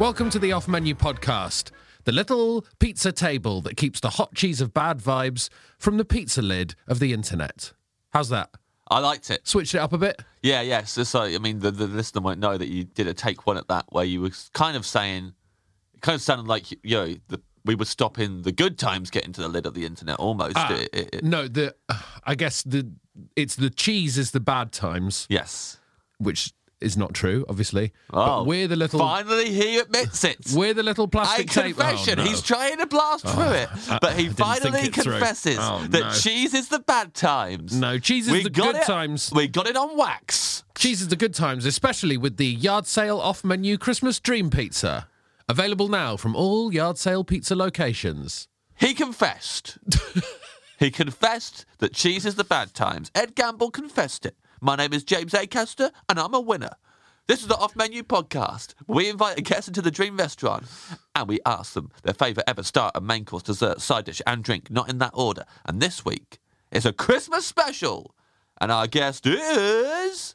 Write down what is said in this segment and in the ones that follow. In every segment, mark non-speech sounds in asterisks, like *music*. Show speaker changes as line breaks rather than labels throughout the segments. Welcome to the Off Menu Podcast, the little pizza table that keeps the hot cheese of bad vibes from the pizza lid of the internet. How's that?
I liked it.
Switched it up a bit?
Yeah, yeah. So, so I mean, the, the listener might know that you did a take one at that where you were kind of saying, it kind of sounded like you know, the, we were stopping the good times getting to the lid of the internet almost.
Ah,
It- it- it-
No, the uh, I guess the it's the cheese is the bad times,
yes.
which is not true, obviously.
Oh,
but we're the little
Finally, he admits
*laughs*
it.
we're the little
a
plastic tape. oh,
confession.
no. Oh.
He's trying to blast through it,
*laughs*
but he
didn't think
finally
it through.
confesses
Oh,
that
no.
cheese is the bad times.
No, cheese is the good
it,
times.
We got it on wax.
Cheese is the good times, especially with the yard sale off menu Christmas Dream Pizza. Available now from all yard sale pizza locations.
He confessed. he confessed that cheese is the bad times. Ed Gamble confessed it. My name is James Acaster, and I'm a winner. This is the Off Menu Podcast. We invite a guest into the dream restaurant, and we ask them their favourite ever starter, main course, dessert, side dish, and drink, not in that order. And this week, it's a Christmas special, and our guest is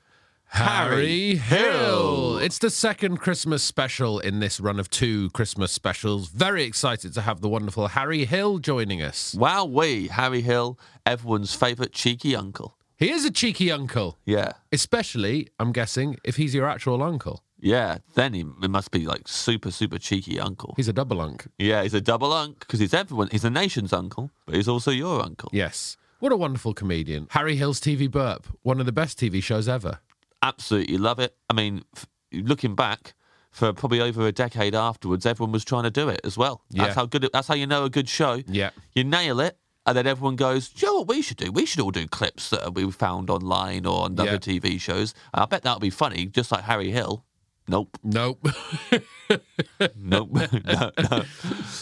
Harry
Harry
Hill.
Hill.
It's the second Christmas special in this run of two Christmas specials. Very excited to have the wonderful Harry Hill joining us.
Wow Wee Harry Hill, everyone's favourite cheeky uncle.
He is a cheeky uncle,
Yeah,
especially, I'm guessing, if he's your actual uncle.
yeah. Then he, he must be like super, super cheeky uncle.
He's a double unc.
Yeah, he's a double unc because he's everyone. He's the nation's uncle, but he's also your uncle.
Yes. What a wonderful comedian. Harry Hill's TV Burp, one of the best TV shows ever.
Absolutely love it. I mean, f- looking back for probably over a decade afterwards, everyone was trying to do it as well.
Yeah.
That's how good. It, that's how you know a good show.
Yeah.
you nail it, and then everyone goes, "Do you know what we should do? We should all do clips that we found online or on
Yeah.
other TV shows. I bet that'll be funny, just like Harry Hill." Nope, *laughs*
Nope. *laughs*
nope, *laughs* no, no.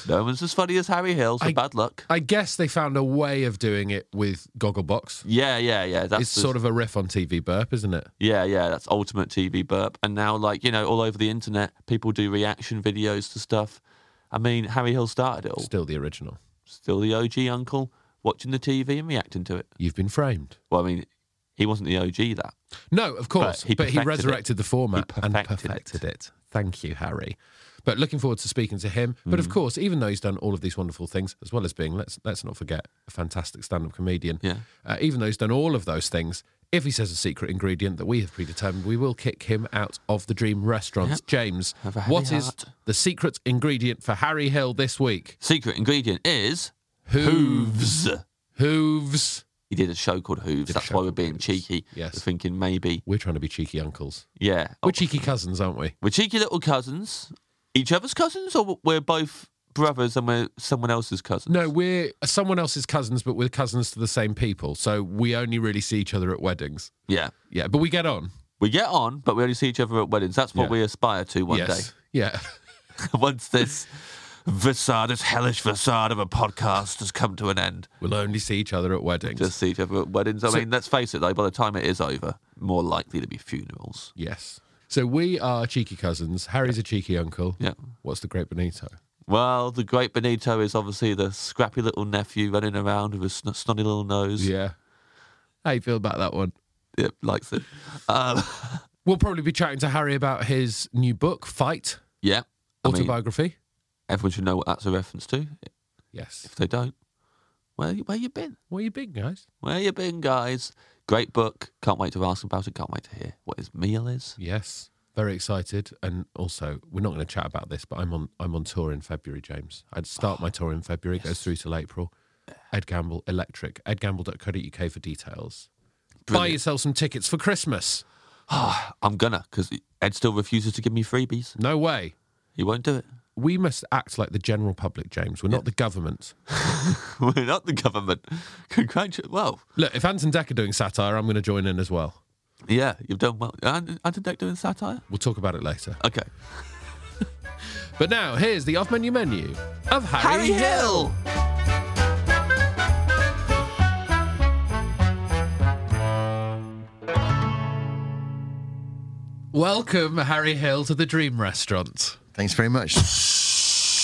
No one's as funny as Harry Hill. So
I-
bad luck.
I guess they found a way of doing it with Gogglebox.
Yeah, yeah, yeah. That's
It's sort of a riff on TV Burp, isn't it?
Yeah, yeah, that's ultimate TV burp. And now, like, you know, all over the internet, people do reaction videos to stuff. I mean, Harry Hill started it all.
Still the original.
Still the OG uncle watching the TV and reacting to it.
You've been framed.
Well, I mean, he wasn't the OG that.
No, of course,
he
but he,
perfected it.
resurrected the format
He
and
perfected it.
perfected it. Thank you, Harry. But looking forward to speaking to him. But
Mm.
of course, even though he's done all of these wonderful things, as well as being let's let's not forget a fantastic stand-up comedian.
Yeah.
Uh, even though he's done all of those things, if he says a secret ingredient that we have predetermined, we will kick him out of the dream restaurants. James,
Have a
what
heavy
is
heart.
the secret ingredient for Harry Hill this week?
Secret ingredient is
Hooves.
hooves.
Hooves.
He did a show called Hooves.
Did a
That's
show
why we're
called
being
Hooves.
cheeky.
Yes.
We're thinking maybe,
We're trying to be cheeky uncles.
yeah.
We're cheeky cousins, aren't we?
We're cheeky little cousins, each other's cousins, or we're both brothers and we're someone else's cousins?
No, we're someone else's cousins, but we're cousins to the same people. So we only really see each other at weddings.
Yeah.
Yeah, but we get on.
We get on, but we only see each other at weddings. That's what
Yeah.
we aspire to one
yes. *laughs* Yeah.
day. Once this facade, this hellish facade of a podcast has come to an end,
We'll only see each other at weddings.
just see each other at weddings. I
So-
mean, let's face it, though, by the time it is over, more likely to be funerals.
Yes. So we are cheeky cousins. Harry's a cheeky uncle.
Yeah.
What's the great Benito?
Well, the great Benito is obviously the scrappy little nephew running around with a sn- snotty little nose.
Yeah. How you feel about that one?
Yep, likes it. Um,
We'll probably be chatting to Harry about his new book, Fight
yeah. I mean,
Autobiography.
Everyone should know what that's a reference to.
Yes.
If they don't, where where you been?
What are you big, guys?
Where you been, guys? Great book. Can't wait to ask about it. Can't wait to hear what his meal is.
Yes. Very excited. And also, we're not going to chat about this, but I'm on I'm on tour in February, James. I'd start
Ah,
my tour in February, it goes through till April. Ed Gamble, electric. Edgamble.co.uk for details. Buy
Brilliant.
yourself some tickets for Christmas.
I'm gonna, because Ed still refuses to give me freebies.
No way.
He won't *laughs* do it.
We must act like the general public, James. We're not the government.
We're not the government. Congratulations. Well,
Look, if Anton Deck are doing satire, I'm going to join in as well.
yeah, you've done well. And Anton Deck doing satire?
We'll talk about it later.
Okay.
But now, here's the off menu menu of Harry,
Harry Hill!
Welcome, Harry Hill, to the Dream Restaurant.
Thanks very much.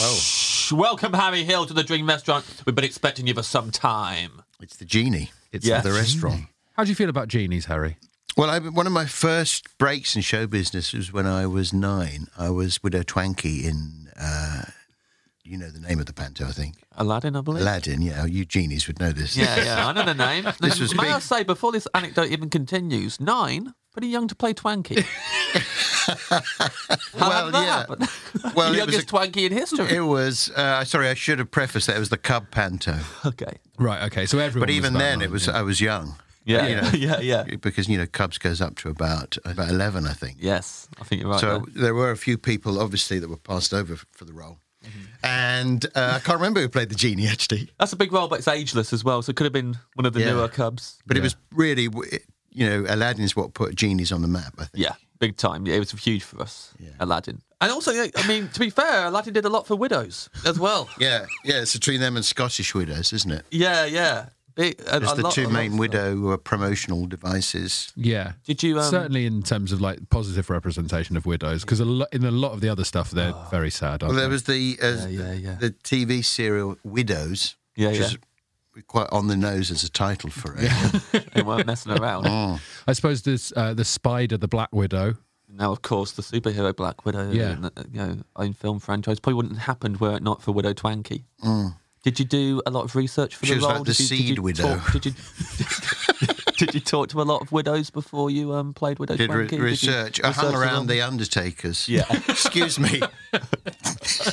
Oh,
Welcome, Harry Hill, to the Dream Restaurant. We've been expecting you for some time.
It's the genie.
it's
Yeah.
of the restaurant.
*laughs* How do you feel about genies, Harry?
Well, I, one of my first breaks in show business was when I was nine. I was Widow Twanky in, uh, you know, the name of the panto, I think.
Aladdin, I believe.
Aladdin, yeah. You genies would know this.
Yeah, yeah, I know the name.
This was
May
big.
I say, before this anecdote even continues, nine, pretty young to play
*laughs*
Twanky. How
*laughs* Well,
did that *laughs*
yeah.
happen?
Well, it was
Youngest Twanky in history.
It was, uh, sorry, I should have prefaced that. It was the Cub Panto.
okay.
Right, okay, so everyone.
But even then, it was I was young
Yeah,
You know.
*laughs* yeah, yeah.
because, you know, Cubs goes up to about, about 11, I think.
Yes, I think you're right.
So
there.
there were a few people, obviously, that were passed over f- for the role. And uh, I can't remember who played the genie, actually.
That's a big role, but it's ageless as well. So it could have been one of the
Yeah.
newer Cubs.
But it was really, w- it- you know, Aladdin's what put genies on the map, I think.
Yeah, big time. Yeah, it was huge for us, Aladdin. And also, yeah, I mean, to be fair, Aladdin did a lot for widows as
*laughs*
well.
Yeah, yeah, it's between them and Scottish widows, isn't it?
yeah, yeah. Big- a-
It's
a
the
lot- a
two
lot
main
of-
widow uh, promotional devices.
Yeah.
Did you? Um,
Certainly, in terms of like positive representation of widows, because a lo- in a lot of the other stuff, they're
Ah.
very sad. Aren't
Well, there
they?
was the uh,
yeah, yeah.
the TV serial Widows,
Yeah,
which
yeah.
is quite on the nose as a title for it.
They weren't messing
*laughs*
around.
Mm.
I suppose this uh, the spider, the black widow.
Now, of course, the superhero Black Widow,
Yeah.
and the, you know, own film franchise probably wouldn't have happened were it not for Widow Twanky. Did you do a lot of research for
Mm. She
the
was
role?
like the
did you,
seed
did you
widow.
Talk, did you? *laughs* Did you talk to a lot of widows before you um, played Widow
Did re-
Twanky? you
research. I hung
research
around
them?
the undertakers.
Yeah.
*laughs* Excuse me.
*laughs*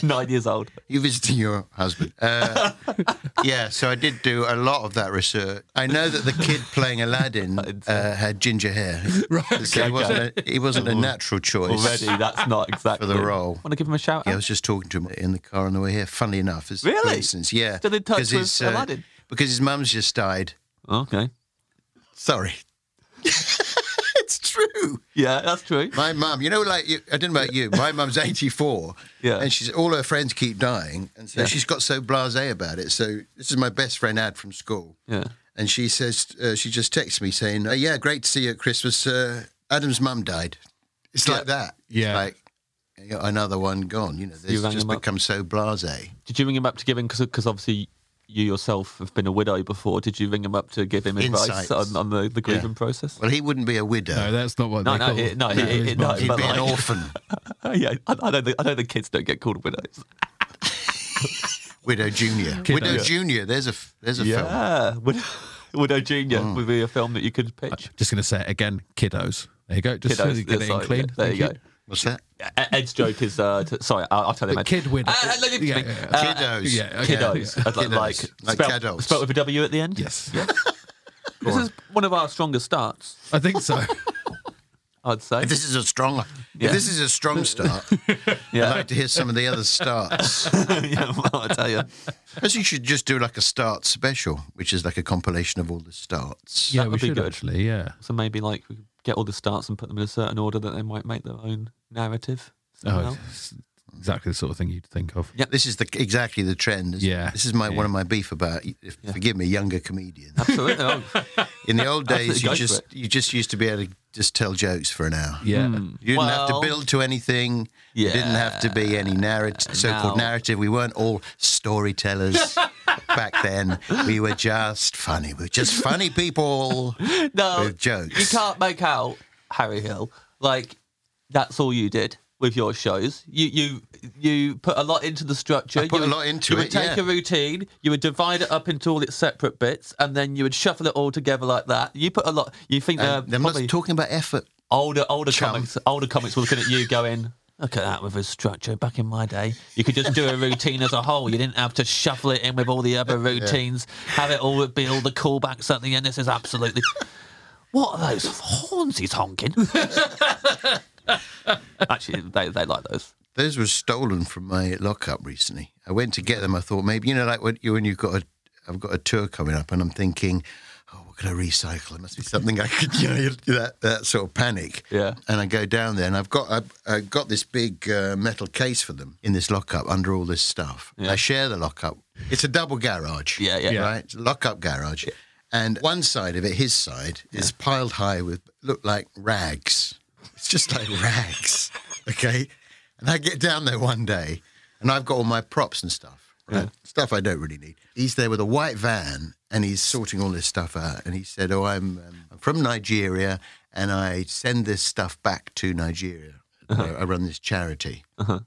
nine years old.
You're visiting your husband. Uh, *laughs* yeah, so I did do a lot of that research. I know that the kid playing
*laughs*
Aladdin uh, had ginger hair. Right. So he wasn't, a, he wasn't a natural choice.
*laughs*
Already, that's not exactly
role.
Want to give him a shout
Yeah, I
out?
was just talking to him in the car on the way here. Funnily enough, as
Really?
for instance, yeah,
Still in touch
'cause
with
his, uh,
Aladdin?
because his mum's just died.
Okay.
Sorry, it's true.
Yeah, that's true.
My mum, you know, like you, I don't know about you.
*laughs*
My mum's eighty-four,
Yeah.
and she's all her friends keep dying, and so
Yeah.
she's got so blasé about it. So this is my best friend Ad from school,
Yeah.
and she says uh, she just texts me saying, uh, "Yeah, great to see you at Christmas. Uh, Adam's mum died." It's like that. It's
Yeah.
like you know, another one gone. You know, this
rang
just
him up.
become so blasé.
Did you ring him up to give him because obviously you yourself have been a widow before? Did you ring him up to give him advice
Insights.
on, on the, the grieving process? *laughs*
Well, he wouldn't be a widow.
No, that's not what
No,
they
no,
call
it- no,
that
it-
was
it- no,
mine.
He'd
but
be an
like- *laughs*
orphan.
yeah, I, I know. The, I know the kids don't get called widows.
Widow Junior. Widow Junior. There's a f- there's a film.
Yeah, Ah, Widow, *laughs* Widow Junior
Mm.
would be a film that you could pitch.
Just going to say it again, kiddos. There you go. Just so
Kiddos,
you get it
that's
in
right,
clean.
yeah, there
Thank
you go.
What's that?
E- Ed's joke is uh, t- sorry, I'll, I'll tell him.
But
Ed.
kid widow-
Uh, let me-
yeah,
let me-
yeah,
uh,
Kiddos.
Yeah, okay.
Kiddos,
Yeah.
I'd like-
Kiddos, like
like spelled
adults.
spelled with a W at the end.
Yes.
this is one of our strongest starts,
I think
*laughs*
so.
I'd say.
If this is a strong,
Yeah.
if this is a strong start, I'd
yeah,
like *laughs* to hear some of the other starts.
*laughs* yeah, well, I tell you,
As you should just do like a start special, which is like a compilation of all the starts.
yeah,
would
we
be
should
good.
actually. Yeah.
so maybe like we could get all the starts and put them in a certain order that they might make their own narrative.
Oh,
somehow.
it's exactly the sort of thing you'd think of.
Yeah.
This is the exactly the trend. isn't it?
Yeah.
This is my one of my beef about. If, Forgive me, younger comedians. *laughs*
absolutely. Oh,
In the old days,
Absolutely, go
you
for
just
it.
you just used to be able to just tell jokes for an hour.
Yeah.
Hmm.
You didn't have
Well-
to build to anything. You didn't have to be any narrative, so-called
now-
narrative. We weren't all
*laughs*
storytellers back then. We were just funny. We were just funny
*laughs*
people.
no
with jokes.
You can't make out Harry Hill like that's all you did. with your shows. You you you put a lot into the structure.
I put
you
a lot into
you would
it,
take a
yeah.
routine. You would divide it up into all its separate bits, and then you would shuffle it all together like that. You put a lot. You think
And
they're
I'm
uh, probably
not talking about effort.
older older
Chum.
comics older comics were looking at you going. Look at that with a structure. Back in my day, you could just do a routine as a whole. You didn't have to shuffle it in with all the other routines. Have it all be all the callbacks at the end. This is absolutely. *laughs* What are those horns he's honking? *laughs* Actually, they, they like those.
Those were stolen from my lockup recently. I went to get them. I thought maybe you know, like when you when you've got a, I've got a tour coming up, and I'm thinking, oh, what can I recycle? It must be something I could, *laughs* you know, you- that that sort of panic.
Yeah.
And I go down there, and I've got I've, i got this big uh, metal case for them in this lockup under all this stuff. I share the lockup. It's a double garage.
Yeah, yeah. Yeah.
Right, It's a lockup garage, and one side of it, his side, is piled high with look like rags. It's
*laughs*
just like rags. Okay. And I get down there one day and I've got all my props and stuff, right? Stuff I don't really need. He's there with a white van and he's sorting all this stuff out. And he said, Oh, I'm, um, I'm from Nigeria and I send this stuff back to Nigeria.
Uh-huh.
I run this charity. I thought,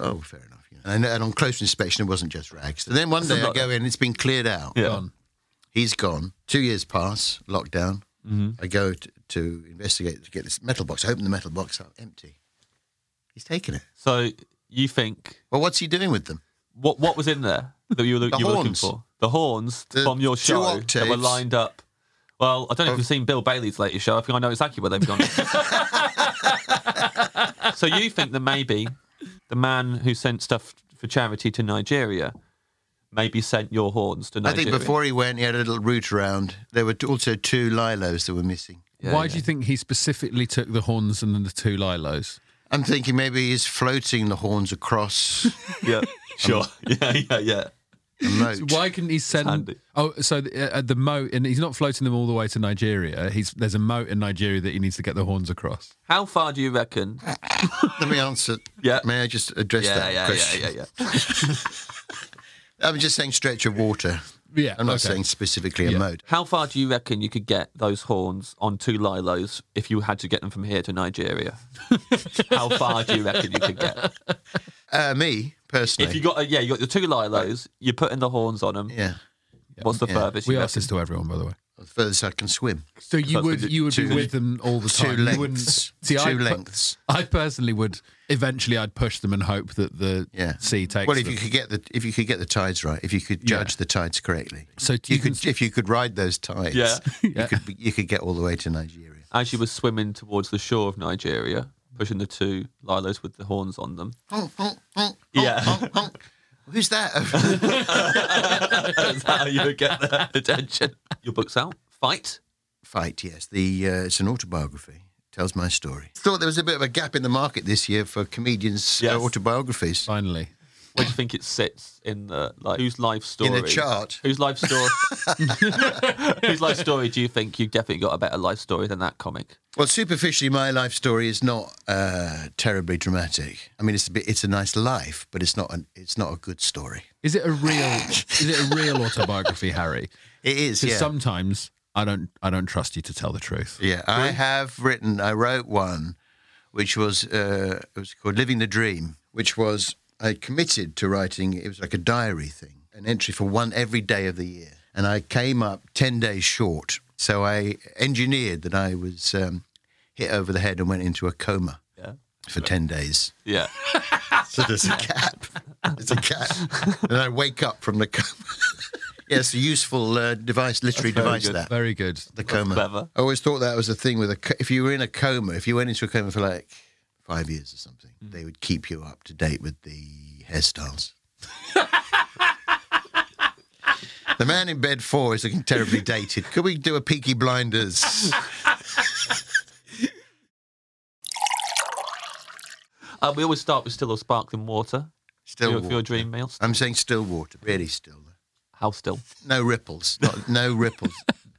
Oh, fair enough. You know. and, and on close inspection, it wasn't just rags. And then one day I go in, it's been cleared out.
Yeah.
He's gone. Two years pass, lockdown. I go to, to investigate to get this metal box. I open the metal box up, empty. He's taken it.
So you think
Well, what's he doing with them?
what what was in there that you were,
The
you were looking
horns.
for? The horns
The
from your
two
show that were
octaves.
lined up. Well, I don't know if you've seen Bill Bailey's latest show. I think I know exactly where they've gone. *laughs* so you think that maybe the man who sent stuff for charity to Nigeria maybe sent your horns to
I
Nigeria?
think before he went, he had a little route around. There were t- also two lilos that were missing.
Yeah,
Why
yeah.
do you think he specifically took the horns and then the two lilos?
I'm thinking maybe he's floating the horns *laughs* across
Yeah, sure. *laughs* yeah, yeah, yeah.
a moat.
Why couldn't he send?
handy.
Oh, so the, uh, the moat, and he's not floating them all the way to Nigeria. He's there's a moat in Nigeria that he needs to get the horns across.
How far do you reckon?
Let me answer.
Yeah.
May I just address
Yeah,
that
yeah, yeah,
question?
yeah, yeah.
I'm just saying stretch of water.
Yeah,
I'm not
okay.
saying specifically a moat.
How far do you reckon you could get those horns on two lilos if you had to get them from here to Nigeria? *laughs* How far do you reckon you could get?
Uh, me personally.
If you got, uh, yeah, you got the two lilos, you're putting the horns on them.
yeah.
What's the
Yeah.
furthest?
We
you
asked
reckon?
this to everyone, by the way.
As furthest I can swim.
So you
But
would you would be
two-
with them all the
two
time. You wouldn't-
lengths.
See, I
Two
per-
lengths.
I personally would. Eventually, I'd push them and hope that the
Yeah.
sea takes
Well, if
them.
you could get the if you could get the tides right, if you could judge the tides correctly,
So
you,
you can
could
*laughs* s-
if you could ride those tides,
Yeah.
Yeah.
*laughs* you could be- you could get all the way to Nigeria.
As you were swimming towards the shore of Nigeria, pushing the two lilos with the horns on them. *laughs* Yeah.
Who's that? *laughs*
That's how you would get their *laughs* attention. Your book's out. Fight.
Fight. Yes, the uh, it's an autobiography. Tells my story. Thought there was a bit of a gap in the market this year for comedians' uh,
Yes.
autobiographies.
Finally,
Where do you think it sits in the like? Whose life story?
In a chart.
Whose life
*laughs*
story? *laughs* whose life story do you think you've definitely got a better life story than that comic?
Well, superficially, my life story is not uh, terribly dramatic. I mean, it's a bit, it's a nice life, but it's not an, it's not a good story.
is it a real is it a real autobiography, Harry?
It is.
'Cause
Yeah.
sometimes I don't I don't trust you to tell the truth.
Yeah, I have written. I wrote one, which was uh, it was called "Living the Dream," which was I committed to writing. It was like a diary thing, an entry for one every day of the year, and I came up ten days short. So I engineered that I was um, hit over the head and went into a coma
Yeah.
for ten days.
Yeah.
So there's a gap. There's a gap, and I wake up from the coma. *laughs* yes, a useful uh, device, literary device.
good.
That
Very good.
the coma.
clever.
I always thought that was the thing with a. co- If you were in a coma, if you went into a coma for like five years or something,
Mm.
they would keep you up to date with the hairstyles. *laughs* the man in bed four is looking terribly dated. Could we do a Peaky
*laughs*
Blinders?
Uh, we always start with still or sparkling water
Still,
for your- for your
water.
dream meals.
I'm saying still water, really still.
How still?
No ripples, not, no ripples,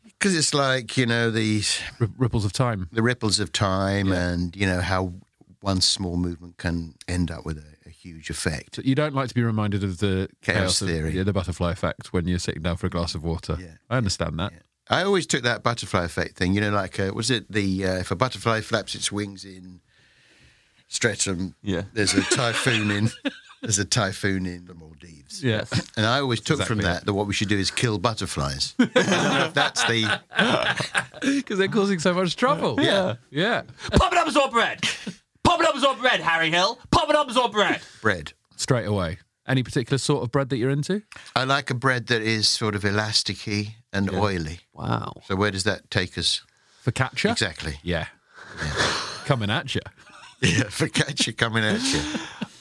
because it's like you know these
R- ripples of time.
the ripples of time and you know how one small movement can end up with a, a huge effect.
So you don't like to be reminded of the
Chaos
of-
theory.
yeah, the butterfly effect when you're sitting down for a glass of water.
Yeah.
I understand that.
I always took that butterfly effect thing, you know, like uh, was it the uh, if a butterfly flaps its wings in Streatham.
Yeah.
There's a typhoon in. There's a typhoon in the Maldives.
Yes. *laughs*
And I always took from that that what we should do is kill butterflies. That's the
Because they're causing so much trouble.
Yeah.
Yeah.
Poppadoms or bread? Poppadoms or bread, Harry Hill? Poppadoms or bread?
bread.
Straight away. Any particular sort of bread that you're into?
I like a bread that is sort of elasticy and oily.
Wow.
So where does that take us
Focaccia?
exactly?
Yeah. Coming at you.
Yeah, *laughs* focaccia coming at you.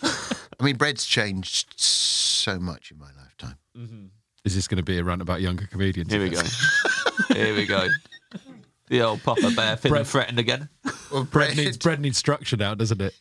I mean, bread's changed so much in my lifetime.
Is this going to be a rant about younger comedians?
Here we
*laughs*
go. Here we go. The old Papa Bear feeling
Bread-
threatened again.
Well,
Bread needs,
*laughs*
bread needs structure now, doesn't it?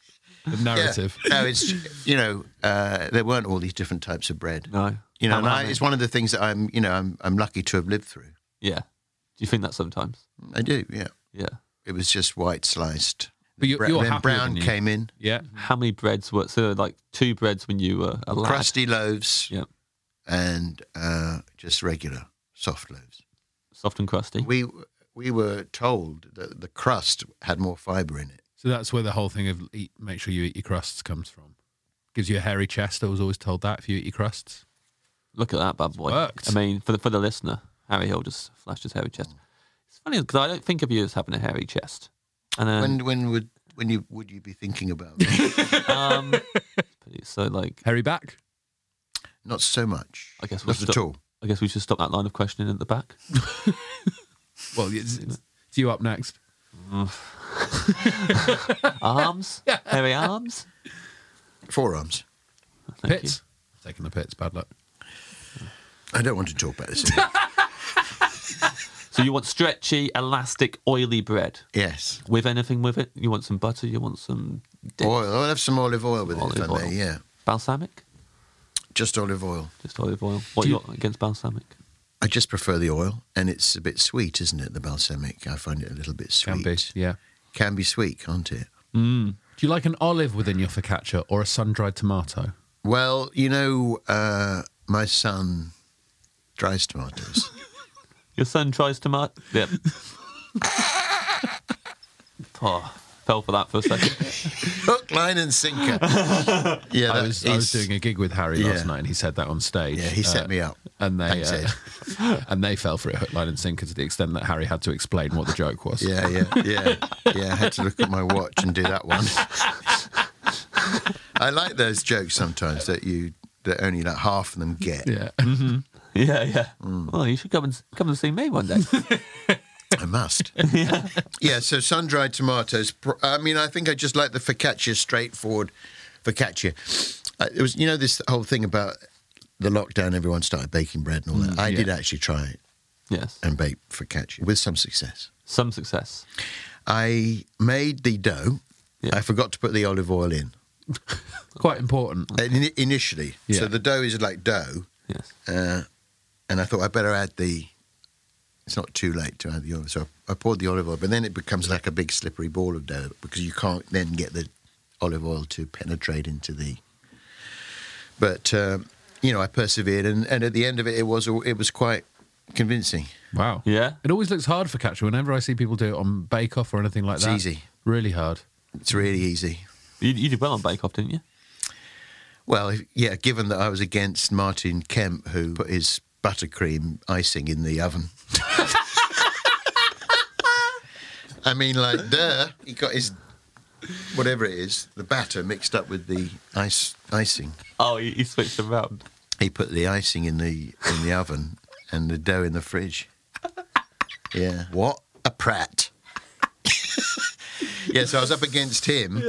The narrative.
No, it's you know uh, there weren't all these different types of bread.
No.
You know,
How
and I,
many?
it's one of the things that I'm you know I'm I'm lucky to have lived through.
Yeah. Do you think that sometimes?
I do, yeah.
Yeah.
It was just white sliced.
But you-
Bra-
you're
then
happier
brown
than you-
came in,
Yeah.
How many breads were so like two breads when you were a lad?
crusty loaves,
Yeah.
and uh, just regular soft loaves.
Soft and crusty.
We we were told that the crust had more fibre in it.
So that's where the whole thing of eat, make sure you eat your crusts comes from. Gives you a hairy chest. I was always told that if you eat your crusts.
Look at that bad boy.
worked.
I mean, for the for the listener, Harry Hill just flashed his hairy chest. It's funny because I don't think of you as having a hairy chest. And um,
When when would when you would you be thinking about that?
*laughs*
*laughs*
um, so like
Hairy back.
Not so much.
I guess we'll
not at
stop-
all.
I guess we should stop that line of questioning at the back.
Well, it's, it's, it's you up next.
Arms, hairy arms.
Forearms.
Thank
pits. Taking the pits. Bad luck.
I don't want to talk about this.
*laughs* So you want stretchy, elastic, oily bread
yes.
with anything with it? You want some butter? You want some dip?
Oil. I'll have some olive oil with
Olive
it if I
oil.
may. Yeah.
balsamic?
Just olive oil.
Just olive oil. What
Do
you,
you-
want against balsamic?
I just prefer the oil, and it's a bit sweet, isn't it? The balsamic. I find it a little bit sweet.
Can be. Yeah.
Can be sweet, can't it?
Do you like an olive within your focaccia or a sun dried tomato?
Well, you know, uh, my son dries tomatoes.
Your son tries to mark. Yep. oh, fell for that for a second.
Hook, line,
*laughs*
and sinker. Yeah,
I
that
was, I was
is-
doing a gig with Harry
Yeah.
last night, and he said that on stage.
Yeah, he set
Uh,
me up.
and they
Thanks,
uh, *laughs* and they fell for it hook, line, and sinker to the extent that Harry had to explain what the joke was.
Yeah, yeah, yeah, yeah. I had to look at my watch and do that one. *laughs* I like those jokes sometimes that you that only like half of them get.
yeah. *laughs*
Yeah, yeah. Well, you should come and s- come and see me one day.
*laughs*
I must. yeah. So sun dried tomatoes. Pr- I mean, I think I just like the focaccia, straightforward focaccia. Uh, it was, you know, this whole thing about the lockdown. Everyone started baking bread and all
Mm,
that. I did actually try
yes,
and bake focaccia with some success.
some success.
I made the dough.
Yeah.
I forgot to put the olive oil in
Quite important.
And in- initially.
Yeah.
So the dough is like dough,
Yes.
uh, and I thought I better add the. It's not too late to add the olive, so I, I poured the olive oil, but then it becomes like a big slippery ball of dough because you can't then get the olive oil to penetrate into the. But um, you know, I persevered, and, and at the end of it, it was all- it was quite convincing.
Wow.
Yeah.
It always looks hard for catcher. Whenever I see people do it on Bake Off or anything like
It's
that,
easy.
Really hard.
It's really easy.
You, you did well on Bake Off, didn't you?
Well, if- yeah, given that I was against Martin Kemp, who put his buttercream icing in the oven. I mean, like, duh, he got his whatever it is, the batter mixed up with the ice icing.
Oh, you, you switched around.
He put the icing in the in the oven and the dough in the fridge. Yeah, what a prat. *laughs* yeah, so I was up against him.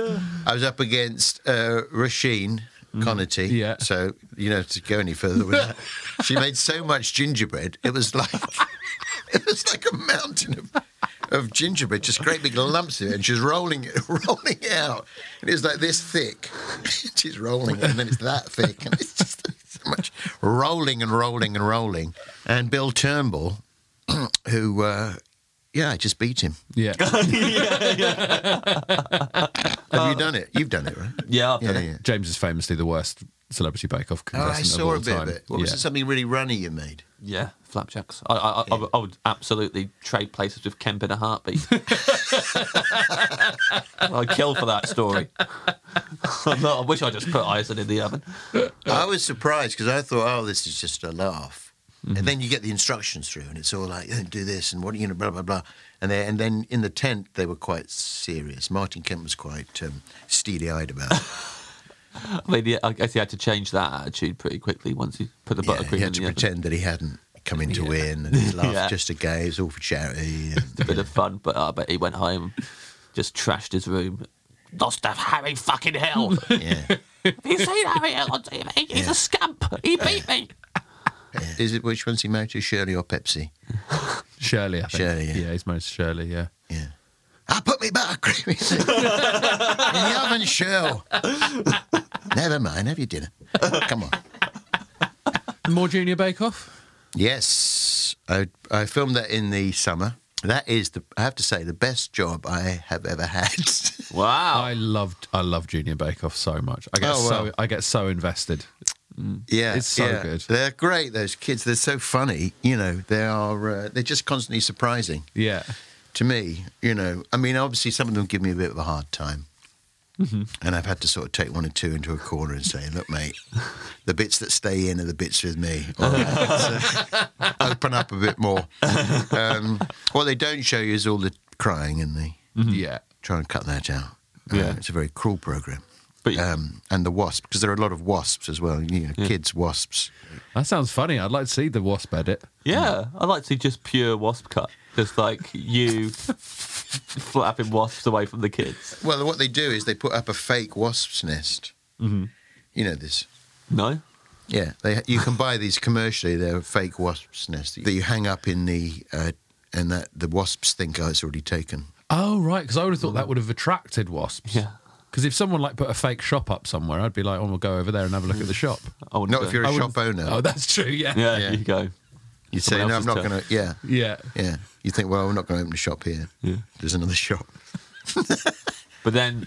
I was up against uh, Rasheen Connerty.
yeah.
So you know to go any further with that. she made so much gingerbread. It was like *laughs* it was like a mountain of. Of gingerbread, just great big lumps of it, and she's rolling it, *laughs* rolling it out, and it's like this thick. *laughs* she's rolling it, and then it's that thick, and it's just so much rolling and rolling and rolling. And Bill Turnbull, *clears throat* who, uh, yeah, I just beat him. *laughs*
Yeah.
Have you done it? You've done it, right?
Yeah, Uh, *laughs* I've done
Yeah,
it.
yeah.
James is famously the worst celebrity Bake Off
Oh,
contestant
I saw
of all
a bit
time.
of it. What was
Yeah.
it? Something really runny you made?
Yeah, flapjacks. I, I, I, I would- I would absolutely trade places with Kemp in a
*laughs*
heartbeat. I'd kill for that story. *laughs* I'm not- I wish I just put Eisen in the oven.
I was surprised because I thought, oh, this is just a laugh. And then you get the instructions through, and it's all like, "Yeah, do this, and what are you going to blah blah blah. And they, and then in the tent they were quite serious. Martin Kemp was quite um, steely-eyed about it.
I mean, yeah, I guess he had to change that attitude pretty quickly once he put the
yeah,
buttercream
he
in
had
the
to
oven.
pretend that he hadn't come in to win, and he laughed
Yeah.
just a gay. It was all for charity.
a bit
And,
of fun, but I bet he went home, just trashed his room. Lost to Harry fucking Hill. Have
yeah,
you seen Harry Hill on TV? He's
Yeah.
a scamp. He beat me.
is it which one's he married to, Shirley or Pepsi?
Shirley, I think.
Shirley, yeah.
he's married to Shirley, yeah.
Yeah. I put me buttercream *laughs* in the- in the oven shell. Never mind, have your dinner. Come on.
More Junior Bake Off?
Yes, I I filmed that in the summer. That is the I have to say the best job I have ever had. *laughs*
Wow.
Uh,
I loved I love Junior Bake Off so much. I get
Oh,
so
wow.
I get so invested.
yeah,
It's so
yeah.
good.
They're great. Those kids. They're so funny. You know, they are. Uh, they're just constantly surprising
Yeah.
to me. You know, I mean, obviously some of them give me a bit of a hard time.
Mm-hmm.
And I've had to sort of take one or two into a corner and say, "Look, mate, the bits that stay in are the bits with me. All right,
*laughs*
so open up a bit more." Um, what they don't show you is all the crying and the
Yeah.
try and cut that out.
Yeah.
Uh, it's a very cruel program.
But you-
um, and the wasp, because there are a lot of wasps as well. You know, kids wasps.
That sounds funny. I'd like to see the wasp edit.
Yeah, I'd like to see just pure wasp cut. Just like you flapping wasps away from the kids.
Well, what they do is they put up a fake wasp's nest.
Mm-hmm.
You know this.
No?
Yeah, they you can buy these commercially. They're fake wasp's nest that you hang up in the uh, and that the wasps think oh it's already taken.
Oh right, because I would have thought that would have attracted wasps.
Yeah.
Because if someone like put a fake shop up somewhere, I'd be like, "Oh, we'll go over there and have a look at the
*laughs*
shop."
I wouldn't
Not
do
if
it.
you're a
I
shop owner.
Oh, that's true. Yeah.
Yeah,
Yeah.
you go.
you say
someone
no, I'm
else's
not
turf."
going to. Yeah,
Yeah.
yeah. You think well, we're not going to open a shop here. Yeah. There's another *laughs* shop.
But then,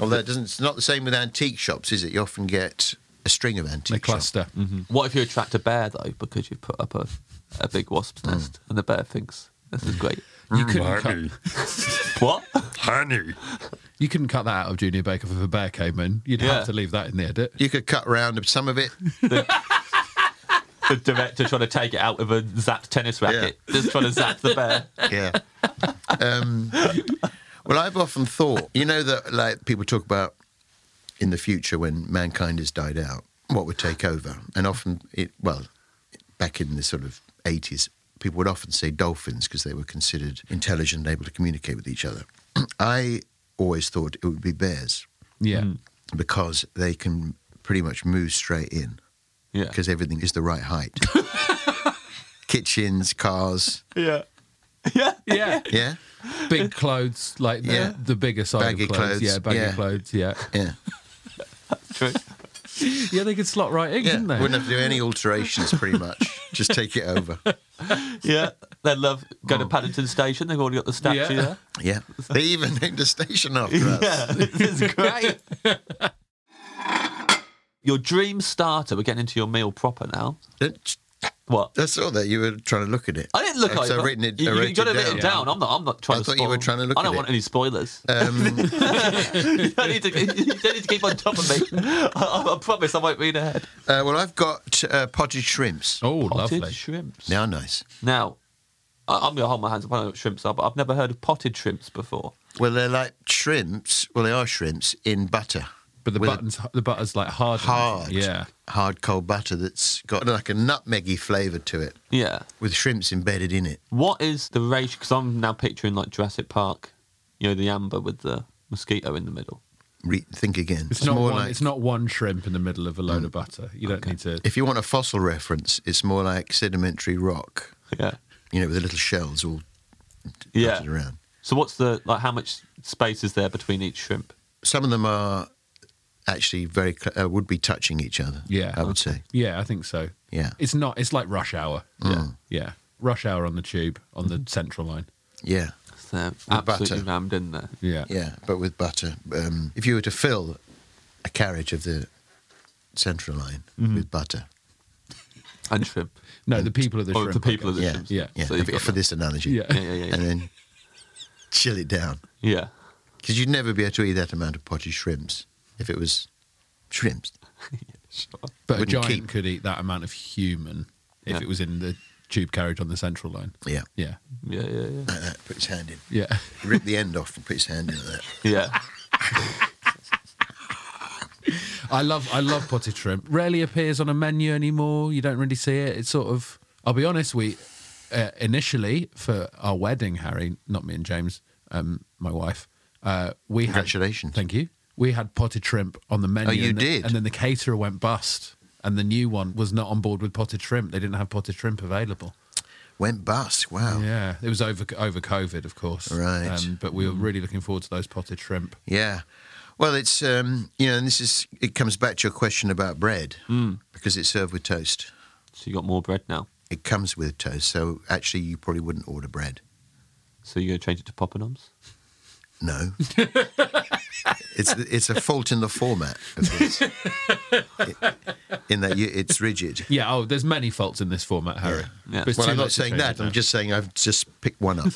Although it doesn't, it's not the same with antique shops, is it? You often get a string of antique
They
shops.
cluster.
what if you attract a bear, though, because you put up a, a big wasp's nest and the bear thinks, this is great.
You
Mm-hmm.
couldn't cut,
what? *laughs*
Honey.
you couldn't cut that out of Junior Bake Off if a bear came in. You'd
Yeah.
have to leave that in the edit.
You could cut round some of it.
The director trying to take it out with a zapped tennis racket, just trying to zap the bear.
Yeah. um, well, I've often thought, you know, that like people talk about in the future when mankind has died out, what would take over? And often, it well, back in the sort of 80s, people would often say dolphins because they were considered intelligent and able to communicate with each other. *clears throat* I always thought it would be bears.
Yeah.
because they can pretty much move straight in
Yeah.
because everything is the right
*laughs*
height. Kitchens, cars,
Yeah. *laughs* Yeah.
Yeah.
yeah,
Big clothes, like the,
Yeah.
the bigger side
Baggy
of clothes.
clothes,
Yeah, baggy
yeah.
clothes. Yeah.
yeah,
True.
*laughs* Yeah, they could slot right in,
yeah.
couldn't they?
Wouldn't have to do any alterations, pretty much. Just take it over.
Yeah. They love go to Paddington Station. They've already got the statue
Yeah.
there.
Yeah, they even named a station after us.
this is great. *laughs* your dream starter. We're getting into your meal proper now.
That's-
What?
I saw that you were trying to look at it.
I didn't look
I've
at it. but
written it. I
You,
wrote
you got
it
to written it
down.
down. I'm not. I'm not trying
I
to.
thought you were
spoil.
trying to look
I don't
at
want
it.
any spoilers.
Um,
you, don't need to, you don't need to keep on top of me. I, I- I promise I won't read ahead.
uh, well, I've got uh, potted shrimps.
Oh,
Potted
lovely.
shrimps.
They are nice.
Now, I, I'm going to hold my hands up. I know what shrimps are, but I've never heard of potted shrimps before.
Well, they're like shrimps. Well, they are shrimps in butter.
But the
With a-
buttons, the butter's like hard.
hard,
Yeah.
hard cold butter that's got like a nutmeggy flavour to it,
Yeah.
with shrimps embedded in it.
What is the ratio? Because I'm now picturing like Jurassic Park, you know, the amber with the mosquito in the middle.
Re- think again.
It's, not one. it's not one shrimp in the middle of a load
Mm.
of butter. You don't need to.
If you want a fossil reference, it's more like sedimentary rock.
Yeah.
You know, with the little shells all
Yeah.
dotted around.
So what's the like? How much space is there between each shrimp?
Some of them are actually very cl- uh, would be touching each other.
Yeah.
I would say.
Yeah, I think so.
Yeah,
It's not. It's like rush hour.
Yeah.
Mm.
Yeah, rush hour on the tube on the central line.
yeah,
So absolutely
butter.
rammed in there.
Yeah.
yeah. But with butter, um, if you were to fill
Mm-hmm.
a carriage of the Central Line with butter,
and shrimp.
No, the people of the
Or
shrimp.
the people of
okay.
the
Yeah,
shrimp.
yeah.
Yeah.
So you've
for,
got
for
that.
this analogy.
Yeah.
Yeah, yeah, yeah.
And then chill it down.
Yeah.
Because you'd never be able to eat that amount of potted shrimps if it was shrimps.
But a
wouldn't
giant
keep.
could eat that amount of human if
Yeah.
it was in the tube carriage on the central line.
Yeah.
Yeah.
Yeah, yeah, yeah.
Like that. Put his hand in.
Yeah. *laughs*
Rip the end off and put his hand in like that.
Yeah. *laughs*
I love I love potted shrimp. Rarely appears on a menu anymore. You don't really see it. It's sort of. I'll be honest. We uh, initially for our wedding, Harry, not me and James, um, my wife. Uh, we had-
Congratulations. Oh,
thank you. We had potted shrimp on the menu.
you
and the-
did?
and then the caterer went bust, and the new one was not on board with potted shrimp. They didn't have potted shrimp available.
Went bust. Wow. Yeah.
Yeah, it was over over COVID, of course. Um,
Right.
but we were really looking forward to those potted shrimp.
Well, it's, um, you know, and this is, it comes back to your question about bread
Hmm.
because it's served with toast.
So you got more bread now.
It comes with toast. So actually, you probably wouldn't order bread.
So you're going to change it to poppadoms?
No. *laughs* it's it's a fault in the format of this. in that you, it's rigid.
Yeah. Oh, there's many faults in this format, Harry.
Yeah.
But it's
Well,
too
I'm
late
not
to
saying
change it
that. I'm
now.
just saying I've just picked one up.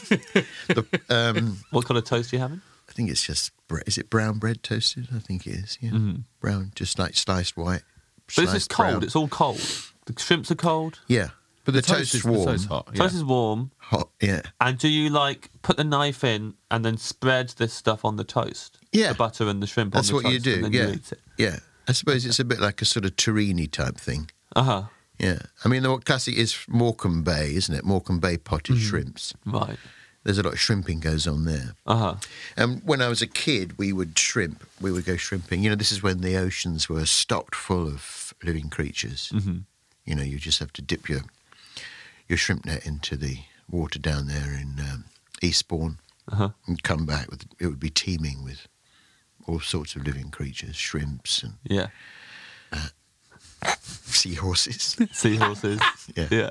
the, um,
What kind of toast are you having?
I think it's just bre- is it brown bread toasted? I think it is. Yeah,
Mm-hmm.
brown, just like sliced white.
So this is
sliced
cold.
brown.
It's all cold. The shrimps are cold.
yeah,
But the, toast, is
warm,
The toast hot. yeah.
Toast is warm.
hot. Yeah,
And do you like put the knife in and then spread this stuff on the toast?
Yeah.
The butter and the shrimp
that's
on the
what you
toast.
do.
And then
Yeah,
you eat it.
yeah. I suppose it's a bit like a sort of Torini type thing.
Uh huh.
Yeah, I mean the what classic is Morecambe Bay, isn't it? Morecambe Bay
Mm-hmm.
potted shrimps.
Right.
There's a lot of shrimping goes on there.
Uh huh.
And Um, when I was a kid, we would shrimp. We would go shrimping. You know, this is when the oceans were stocked full of living creatures. Mm-hmm. You know, you just have to dip your your shrimp net into the water down there in um, Eastbourne
Uh-huh.
and come back with it would be teeming with all sorts of living creatures, shrimps and *laughs*
Yeah.
seahorses,
Seahorses.
*laughs* Yeah.
Yeah.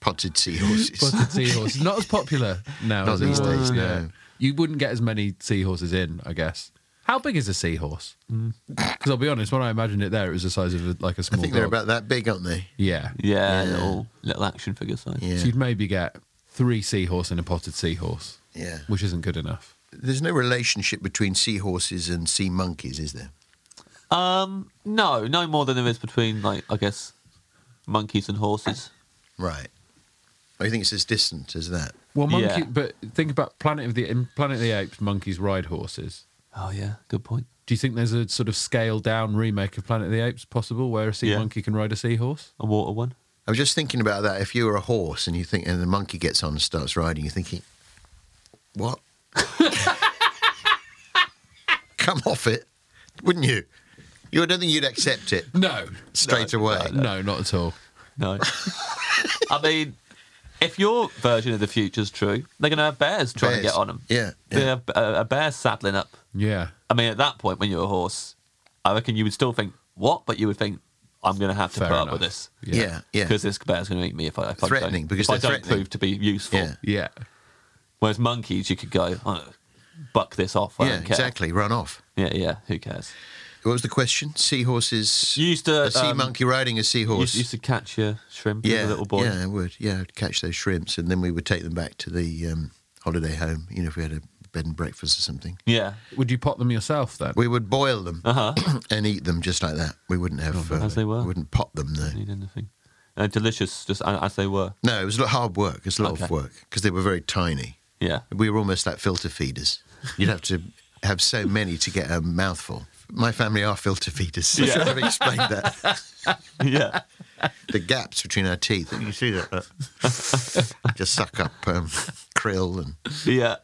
potted seahorses.
*laughs* Potted
*laughs*
seahorse. Not as popular now.
Not
as it
these
was,
days,
yeah.
no.
You wouldn't get as many seahorses in, I guess. How big is a seahorse? Because I'll be honest, when I imagined it there, it was the size of a, like a
I
small.
think they're
dog.
about that big, aren't they?
Yeah.
Yeah. Little, little action figure size.
Yeah.
So you'd maybe get three seahorse and a potted seahorse,
Yeah.
which isn't good enough.
There's no relationship between seahorses and sea monkeys, is there?
Um. No. No more than there is between like I guess monkeys and horses.
Right. Oh, you think it's as distant as that?
Well, monkey.
Yeah.
But think about Planet of the in Planet of the Apes. Monkeys ride horses.
Oh yeah. Good point.
Do you think there's a sort of scale down remake of Planet of the Apes possible where a sea
Yeah.
monkey can ride a seahorse?
A water one.
I was just thinking about that. If you were a horse and you think, and the monkey gets on and starts riding, you're thinking, what? *laughs* Come off it, wouldn't you? You I don't think you'd accept it
No.
straight away.
No, not at all.
No. I mean, if your version of the future's true, they're going to have bears trying to
Bears.
get on them.
Yeah,
They
yeah.
have uh, a, a bear saddling up.
Yeah.
I mean, at that point, when you're a horse, I reckon you would still think, what? But you would think, I'm going to have to
Fair
put up
enough.
with this.
Yeah, yeah.
Because this bear's going to eat me if I, if I
Threatening,
don't,
because
if I
they're
don't
threatening.
prove to be useful.
Yeah.
Yeah.
Whereas monkeys, you could go, oh, buck this off. I
yeah,
don't care.
exactly. Run off.
Yeah, yeah. Who cares?
What was the question? Seahorses.
You used to,
a sea
um,
monkey riding a
You
seahorse.
used, used to catch your shrimp as
yeah,
a little boy.
yeah, I would. Yeah, I'd catch those shrimps, and then we would take them back to the um, holiday home. You know, if we had a bed and breakfast or something.
Yeah.
Would you pot them yourself then?
We would boil them
Uh-huh.
*clears throat* and eat them just like that. We wouldn't have. uh,
as they were.
We wouldn't pot them though.
Need anything. Uh, delicious, just a- as they were.
No, it was a lot hard work. It's a lot of
Okay.
work because they were very tiny.
Yeah.
We were almost like filter feeders. You'd have to have so many to get a mouthful. My family are filter feeders. So
Yeah.
I've
*laughs*
explained that.
yeah.
The gaps between our teeth. You see that?
*laughs*
just suck up um, krill and
Yeah.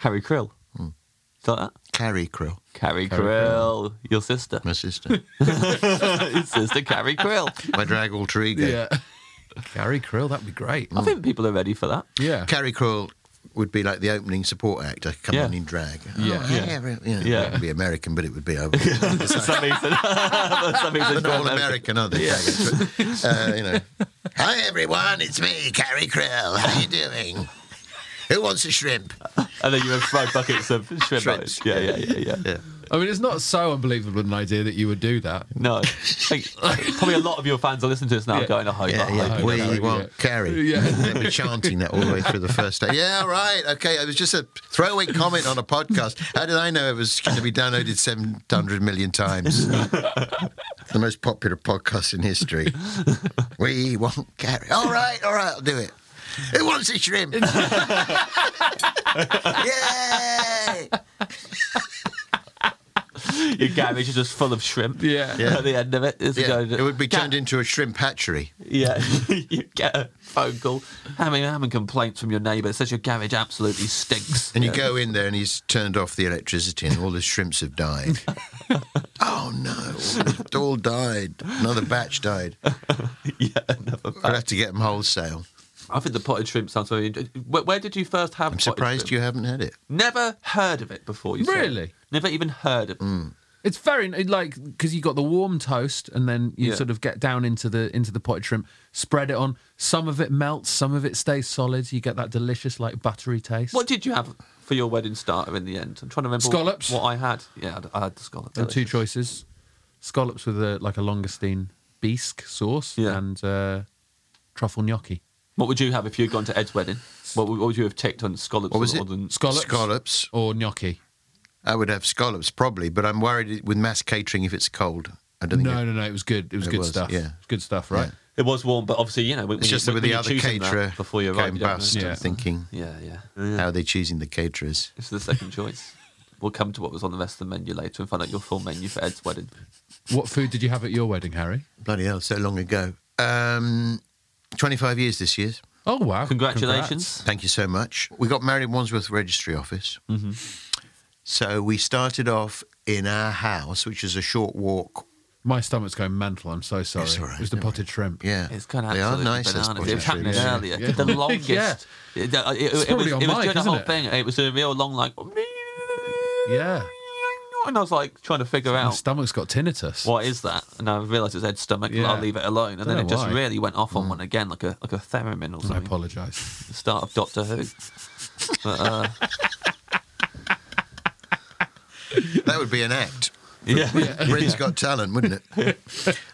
Harry Krill.
Hmm.
Is that that?
carry krill.
Carrie Krill. Your sister. *laughs*
My sister.
Your sister, Carrie Krill.
My drag alter ego.
Yeah. *laughs* Gary Krill, that'd be great.
Hmm.
I think people are ready for that.
Yeah.
Carrie Krill would be like the opening support act. I could come
Yeah.
on in drag.
Yeah.
oh,
Yeah.
hey, everyone- you know,
Yeah.
It would be American, but it would be over.
For some reason. *laughs* For some reason.
They're not all American, are they? dragons? uh, you know. Hi everyone, it's me, Carrie Krill. How you doing? Who wants a shrimp?
And then you have fried buckets of shrimp.
*laughs* Shrimps.
Yeah, yeah, yeah, yeah.
Yeah.
I mean, it's not so unbelievable an idea that you would do that.
No, I think probably a lot of your fans are listening to this now, going, "Oh,
Yeah,
yeah,
yeah. We
yeah.
won't carry.
Yeah.
They were chanting that all the way through the first day. Yeah, right. Okay. It was just a throwaway comment on a podcast. How did I know it was going to be downloaded 700 million times? the most popular podcast in history. We won't carry. All right. All right. I'll do it. Who wants a shrimp? Yay!
your garage is just full of shrimp."
Yeah.
Yeah.
At the end of it, it's
Yeah,
going,
it would be
Ga-
turned into a shrimp hatchery.
Yeah, *laughs* you get a phone call. How many, how many complaints from your neighbour that says your garage absolutely stinks?
And you go in there and he's turned off the electricity and all the shrimps have died.
*laughs*
oh no, it all died. Another batch died.
*laughs* yeah, another
I'll have to get them wholesale.
I think the potted shrimp sounds very interesting. Where, where did you first have
I'm
potted
surprised
shrimp?
you haven't had it.
Never heard of it before, you said.
Really?
Never even heard of it.
Mm.
It's very like because you got the warm toast, and then you
Yeah.
sort of get down into the into the potted shrimp, spread it on. Some of it melts, some of it stays solid. You get that delicious like buttery taste.
What did you have for your wedding starter in the end? I'm trying to remember
Scallops.
what I had. Yeah, I- I had the scallops.
There were two choices: scallops with a like a langoustine bisque sauce,
Yeah.
and uh, truffle gnocchi.
What would you have if you'd gone to Ed's wedding? What would, what would you have ticked on scallops?
What was
or-
it?
or than-
Scallops.
Scallops.
or gnocchi.
I would have scallops probably, but I'm worried with mass catering if it's cold. I don't
No,
think.
no, no. It was good. It was
It
good
was,
stuff.
yeah.
It's good stuff, right?
It was warm, but obviously, you know, when,
It's
when
just
you,
with
when
the
you're
other
choosing that
caterer
before you arrive,
came
you don't
bust.
know.
Yeah.
I'm thinking,
Yeah, yeah. yeah.
how are they choosing the caterers?
It's the second choice. We'll come to what was on the rest of the menu later and find out your full menu for Ed's wedding.
What food did you have at your wedding, Harry?
Bloody hell, so long ago. Um, 25 years this year.
Oh wow!
Congratulations.
Thank you so much. We got married in Wandsworth Registry Office. So we started off in our house, which is a short walk.
My stomach's going mental. I'm so sorry.
all right,
It was the potted shrimp.
Yeah,
It's kind of
they are nice. those
Bananas. It was
Scottish
happening
ribs.
earlier.
Yeah.
The longest.
Yeah.
It, it- it- it was,
probably on
it was
mic,
doing the
isn't
whole
it?
thing. It was a real long like.
Yeah.
And I was like trying to figure
My
out
stomach's got tinnitus.
what is that, and I realised it's Ed's stomach. and I'll
Yeah.
leave it alone. And then
Don't
it
know
just
why.
really went off
Mm.
on one again, like a like a theremin or
I
something. *laughs*
apologise.
the start of Doctor Who.
*laughs*
But, uh,
That would be
*laughs*
an act.
yeah.
Britain's got talent, wouldn't
*laughs*
it?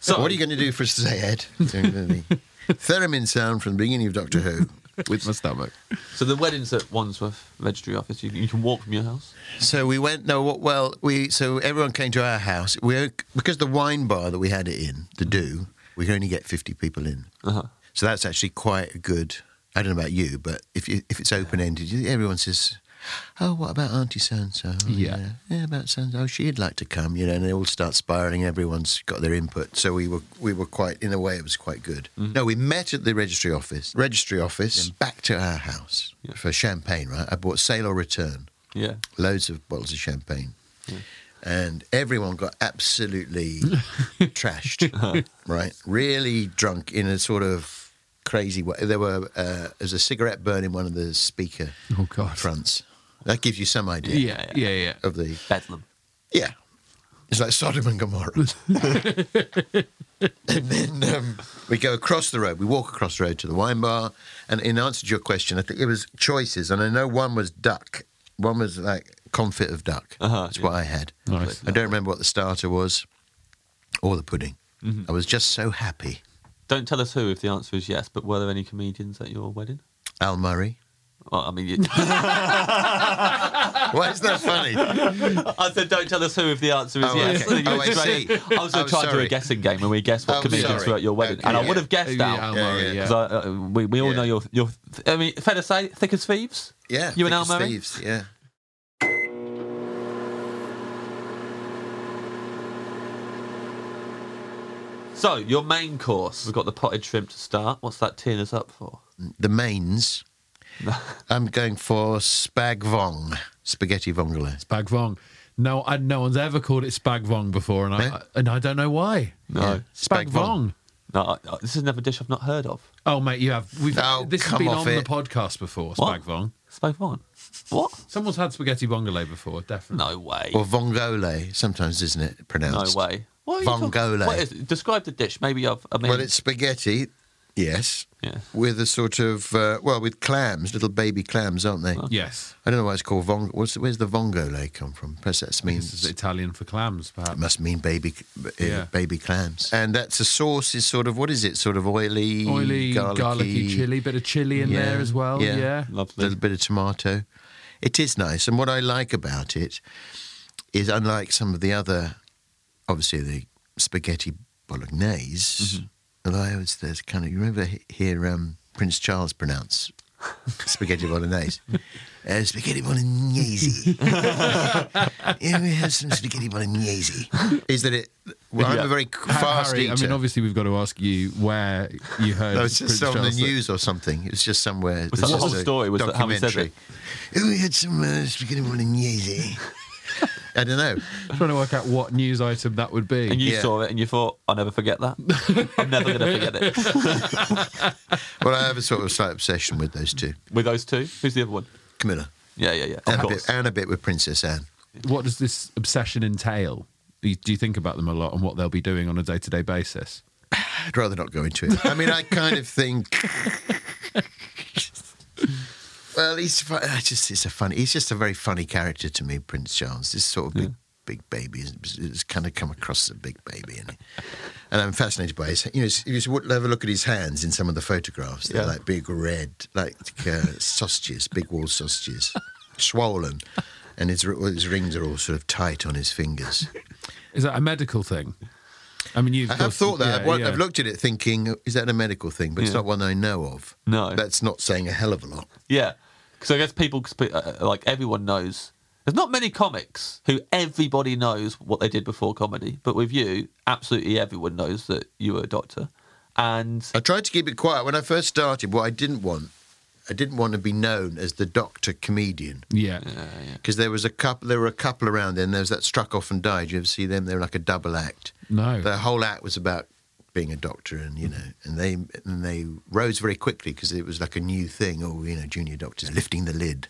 so, what are you going to do for us today, Ed? Theremin sound from the beginning of Doctor Who.
With my stomach.
So the wedding's at Wandsworth Registry Office. You, you can walk from your house.
So we went. No, what- well, we so everyone came to our house. We because the wine bar that we had it in, the Do, we could only get fifty people in. So that's actually quite a good. I don't know about you, but if you, if it's open ended, everyone says, "Oh, what about Auntie So and So?
Yeah.
yeah, about So and So. She'd like to come, you know." And they all start spiraling. Everyone's got their input. So we were we were quite in a way it was quite good. No, we met at the registry office. Registry office. Back to our house for champagne. Right, I bought sale or return
Yeah.
loads of bottles of champagne. And everyone got
*laughs*
absolutely
Uh-huh.
trashed, right? Really drunk in a sort of crazy way. There were uh, there was a cigarette burn in one of the speaker
Oh, God.
fronts. That gives you some idea
Yeah, yeah, yeah.
of the
Bedlam.
yeah. It's like Sodom and
*laughs*
Gomorrah. and then um, we go across the road. We walk across the road to the wine bar. And in answer to your question, I think it was choices. And I know one was duck. One was like confit of duck.
Uh-huh,
That's what I had.
Nice.
I don't remember what the starter was or the pudding.
Mm-hmm.
I was just so happy.
Don't tell us who if the answer is yes. But were there any comedians at your wedding?
Al
*laughs*
Murray.
Well, I mean, you,
Why is that funny?
I said, don't tell us who if the answer is
Oh,
yes.
okay.
And *laughs* you
Oh,
went
I
straight
see.
in. I was trying
Oh,
to do a
sorry.
guessing game and we guessed what
Oh,
comedians
sorry.
were at your wedding.
Okay,
and I
yeah.
would have guessed
Yeah,
out.
Al Murray,
yeah.
yeah.
Because uh, we, we all
Yeah.
know you're, you're, I mean, fair to say, thick as thieves?
Yeah.
You and
Thick
Al
as
Murray?
Thieves, yeah.
So, your main course, we've got the potted shrimp to start. What's that teeing us up for? *laughs*
the mains. I'm going for spag vong, spaghetti vongole.
Spag Vong. No, I, no one's ever called it Spag Vong before, and I,
Yeah.
and I don't know why.
No.
Yeah.
Spag
Spag Vong.
Vong.
No, I, I- this is another dish I've not heard of.
Oh, mate, you have. We've,
Oh,
this has
come
been on
off
the
it.
podcast before,
What?
Spag Vong.
Spoke on. What?
Someone's had spaghetti bongole before, definitely.
No way.
Or vongole, sometimes, isn't it
No
pronounced?
way. What are you talking-
Vongole.
What is it? Describe the dish. Maybe I've. I mean,
Well, it's spaghetti Yes.
Yeah.
With a sort of uh, well, with clams, little baby clams, aren't they?
Yes.
I don't know why it's called Vongo. What's, where's the Vongo lake come from? Perhaps that
This is
means
Italian for clams, perhaps.
it must mean baby, uh,
Yeah.
baby clams. And that's a sauce. Is sort of what is it? Sort of oily,
Oily, garlicky, chili, bit of chili in
Yeah,
there as well. Yeah.
yeah.
Lovely.
little bit of tomato. It is nice, and what I like about it is, unlike some of the other, obviously the spaghetti
Mm-hmm.
bolognese, although I always there's kind of you ever he- hear um, Prince
*laughs*
Charles pronounce spaghetti bolognese. Uh, spaghetti
*laughs*
bolognese. yeah, we have some spaghetti bolognese. Is that it? Well, I'm a very c-
Ha-
fast
Harry, I
eater.
mean, obviously, we've got to ask you where you heard.
That was
Prince
just on the
Charles that-
news or something. It was just somewhere.
Was that
there's
the
just
whole
a
story? Was that how he said
documentary. Oh, we had some uh, spaghetti bolognese.
*laughs*
I don't know.
Trying to work out what news item that would be.
And you
Yeah.
saw it and you thought, I'll never forget that. I'm never going to forget
*laughs*
it.
Well, I have a sort of slight obsession with those two.
With those two, who's the other one?
Camilla.
Yeah, yeah, yeah. Of
And a,
course.
bit, and a bit with Princess Anne.
what does this obsession entail? Do you, do you think about them a lot and what they'll be doing on a day to day basis?
I'd rather not go into it. I mean, I kind of think. well, he's fu- I just it's a funny. He's just a very funny character to me, Prince Charles. This sort of big, big baby. It's, it's kind of come across as a big baby, and and I'm fascinated by his. You know, if you just would- have a look at his hands in some of the photographs. They're
Yeah.
like big red, like uh, sausages, big wall sausages, swollen, and his, r- his rings are all sort of tight on his fingers.
Is that a medical thing? I mean, you've
I
got-
have thought that.
yeah,
I've, wa-
yeah.
I've looked at it thinking, is that a medical thing? But it's not one I know of.
No.
That's not saying a hell of a lot.
Yeah, because I guess people, 'cause pe- uh, like everyone knows, there's not many comics who everybody knows what they did before comedy, but with you, absolutely everyone knows that you were a doctor. And
I tried to keep it quiet. When I first started, what I didn't want, I didn't want to be known as the doctor comedian.
Yeah.
Because there was a couple, there were a couple around then. There was that struck off and died. You ever see them? They were like a double act.
No.
Their whole act was about being a doctor, and you know, and they and they rose very quickly because it was like a new thing. Oh, you know, junior doctors lifting the lid.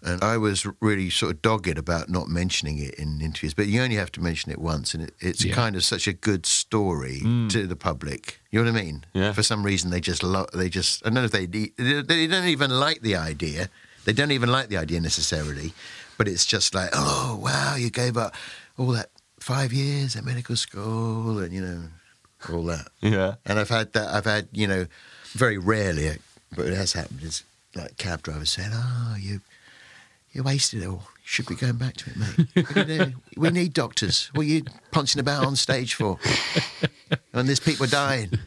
And I was really sort of dogged about not mentioning it in interviews, but you only have to mention it once, and it, it's
Yeah.
kind of such a good story to the public. You know what I mean?
Yeah.
For some reason, they just lo- they just I don't know if they de- they they don't even like the idea. They don't even like the idea necessarily, but it's just like, oh wow, you gave up all that five years at medical school, and you know, all that.
yeah,
And I've had that. I've had you know, very rarely, but it has happened. Is like cab drivers saying, "Oh, you, you wasted it all. You should be going back to it, mate. What are you doing? we need doctors. What are you punching about on stage for? And there's people dying.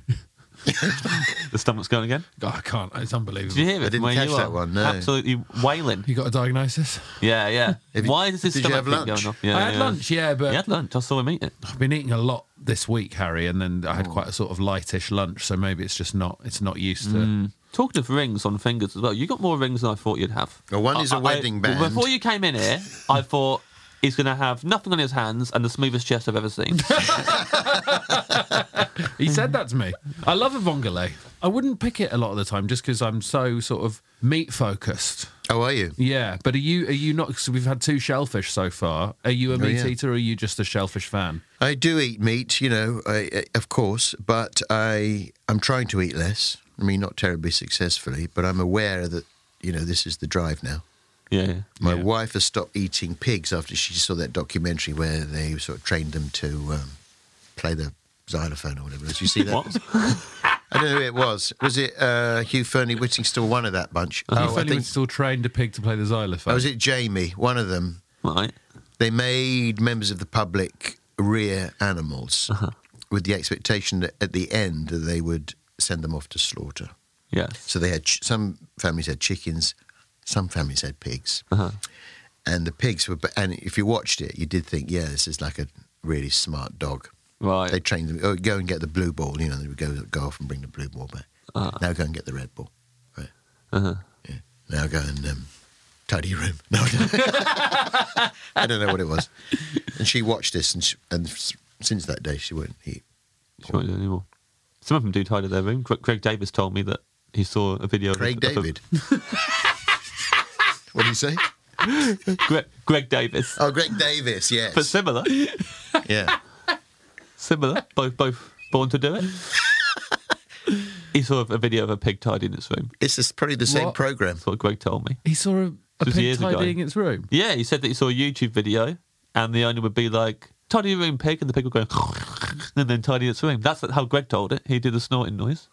the stomach's going again.
Oh, I can't. It's unbelievable.
Did you hear it?
I
from
didn't
where
catch
you
that
are?
one, no.
Absolutely wailing.
You got a diagnosis?
Yeah,
*laughs*
yeah.
Have you-
Why does his
did you
stomach
have
keep
lunch?
going off? Yeah,
I had
yeah.
lunch, yeah, but
You had lunch. I saw him eat it.
I've been eating a lot this week, Harry, and then I had
Oh.
quite a sort of lightish lunch, so maybe it's just not it's not used to
Mm.
Talking of rings on fingers as well, you got more rings than I thought you'd have.
Well, one is a
a
wedding band.
Before you came in here, I thought he's going to have nothing on his hands and the smoothest chest I've ever
*laughs*
seen.
He said that to me. I love a vongole. I wouldn't pick it a lot of the time just because I'm so sort of meat focused.
How are you?
Yeah, but are you are you not? Because we've had two shellfish so far. Are you a meat
Oh, yeah.
eater or are you just a shellfish fan?
I do eat meat, you know, I, I, of course, but I I'm trying to eat less. I mean, not terribly successfully, but I'm aware that you know this is the drive now.
yeah, yeah.
My
Yeah.
wife has stopped eating pigs after she saw that documentary where they sort of trained them to um, play the xylophone or whatever. Did you see that?
What?
I don't know who it was. Was it uh, Hugh Fernie Whittingstall, one of that bunch? Oh,
Are you
I
fairly
think.
still trained a pig to play the xylophone?
Oh, was it Jamie? One of them.
Right.
They made members of the public rear animals with the expectation that at the end that they would send them off to slaughter.
Yeah.
So they had ch- some families had chickens, some families had pigs, and the pigs were. but- And if you watched it, you did think, yeah, this is like a really smart dog.
Right.
They trained them. Oh, go and get the blue ball. You know, they would go go off and bring the blue ball back. Now go and get the red ball. Right.
Uh-huh.
Yeah. Now go and um, tidy your room. *laughs* No, I don't- I don't know what it was. And she watched this, and, she, and s- since that day, she wouldn't eat.
She won't do it anymore. Some of them do tidy their room. Cra- Craig Davis told me that he saw a video. of- *laughs*
Craig
of,
David. what do you say?
Greg, Greg Davis.
Oh, Greg Davis. Yes.
But similar,
yeah.
similar. Both, both born to do it. He saw a video of a pig tidying its room.
*laughs* This is probably the same
What?
program.
That's what Greg told me.
He saw a, a
was
pig
years ago.
tidying its room.
Yeah, he said that he saw a YouTube video, and the owner would be like, "Tidy your room, pig," and the pig would go, *laughs* and then tidy its room. That's how Greg told it. He did the snorting noise.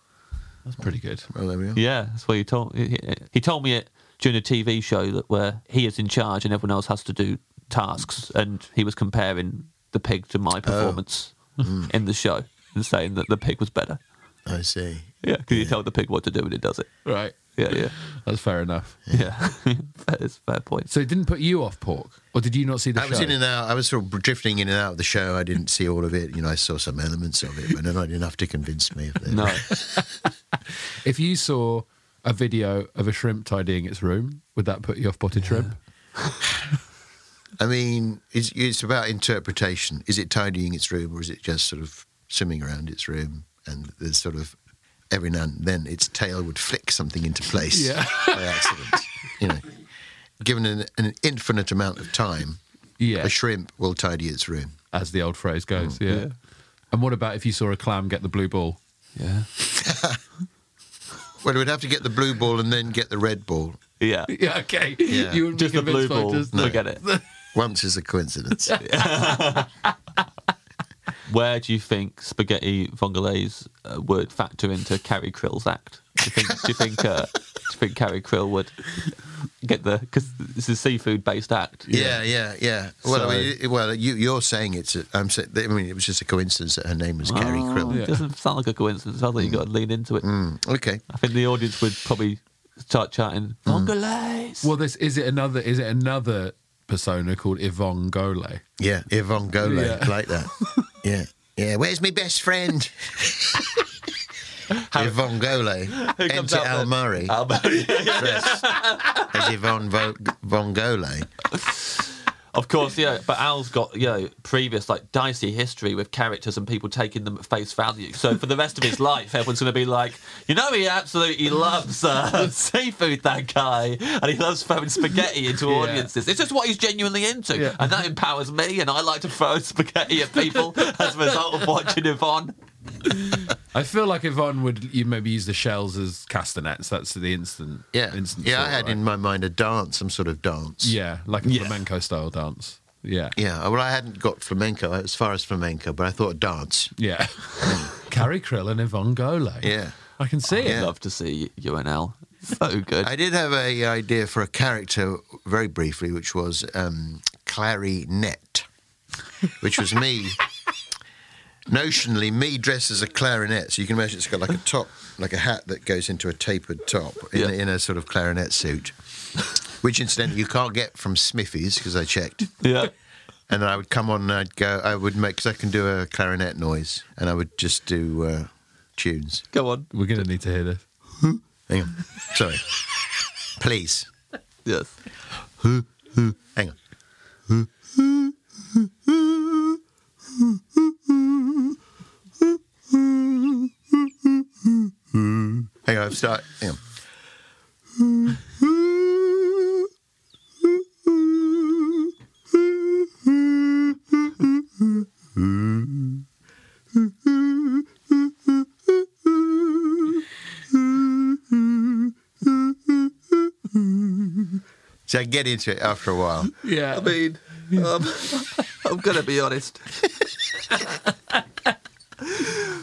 That's pretty good.
Well, Oh, there we are.
Yeah, that's what he told. He, he told me it during a TV show that where he is in charge and everyone else has to do tasks, and he was comparing the pig to my performance in the show and saying that the pig was better.
I see.
Yeah, because you tell the pig what to do and it does it.
Right.
Yeah, yeah,
That's fair enough.
yeah. *laughs* that is a fair point.
So it didn't put you off pork, or did you not see the
I
show?
was in and out. I was sort of drifting in and out of the show. I didn't see all of it. You know, I saw some elements of it, but not enough to convince me of
*laughs*
that.
No,
If you saw a video of a shrimp tidying its room, would that put you off potted shrimp?
I mean, it's, it's about interpretation. Is it tidying its room, or is it just sort of swimming around its room? And there's sort of every now and then its tail would flick something into place
Yeah.
by accident. you know, given an, an infinite amount of time,
Yeah,
a shrimp will tidy its room.
as the old phrase
Mm,
goes. yeah.
yeah.
And what about if you saw a clam get the blue ball? *laughs*
yeah,
Well, it would have to get the blue ball and then get the red ball.
yeah.
Yeah, okay.
Yeah.
You wouldn't
Just
be
the blue
convinced by
ball.
just-
Forget it.
Once is
*laughs*
a coincidence.
Where do you think spaghetti vongolese uh, would factor into Carrie Krill's act? Do you think? do you think? Uh, do you think Carrie Krill would get the because it's a seafood-based act?
Yeah, yeah, yeah. Well,
So-
I mean, it- well, you, you're saying it's. A, I'm. sa- I mean, it was just a coincidence that her name was Carrie
Oh.
Krill.
It doesn't sound like a coincidence. I think you got to lean into it.
Mm. Okay.
I think the audience would probably start chanting vongolese.
Well, this is it another is it another persona called Yvonne Gole?
Yeah, Yvonne Gole,
Yeah. *laughs*
like that. Yeah. Yeah, where's my best friend? *laughs* Yvonne Gole.
comes
Enter
out
Al
then?
Murray dressed as Yvonne Vo- Von Gole.
Of course, yeah. But Al's got you know previous like dicey history with characters and people taking them at face value. So for the rest of his life, everyone's going to be like, you know, he absolutely loves uh, *laughs* seafood, that guy, and he loves throwing spaghetti into audiences. It's just what he's genuinely into,
Yeah.
and that empowers me. And I like to throw spaghetti at people as a result of watching Yvonne.
I feel like Yvonne would you maybe use the shells as castanets. That's the instant.
Yeah.
instant
yeah, I
thought,
had
right?
in my mind a dance, some sort of dance.
Yeah, like a
Yeah.
flamenco style dance. Yeah,
Yeah, well, I hadn't got flamenco as far as flamenco, but I thought dance. *laughs*
yeah. Carrie Krill and Yvonne Gole.
Yeah.
I can see it.
Yeah.
Love to see you and Al. So good.
I did have a idea for a character very briefly, which was um, clarinet, which was me. Notionally, me dressed as a clarinet. So you can imagine it's got like a top, like a hat that goes into a tapered top in,
Yeah.
in a sort of clarinet suit, which incidentally you can't get from Smithies because I checked.
Yeah.
And I would come on and I'd go, I would make, because I can do a clarinet noise, and I would just do uh, tunes.
Go on.
We're gonna need to hear this.
Hang on. Sorry. Please.
Yes.
Hang on. Hang on, start. Hang on. So I get into it after a while.
Yeah,
I mean, um, I'm going to be honest.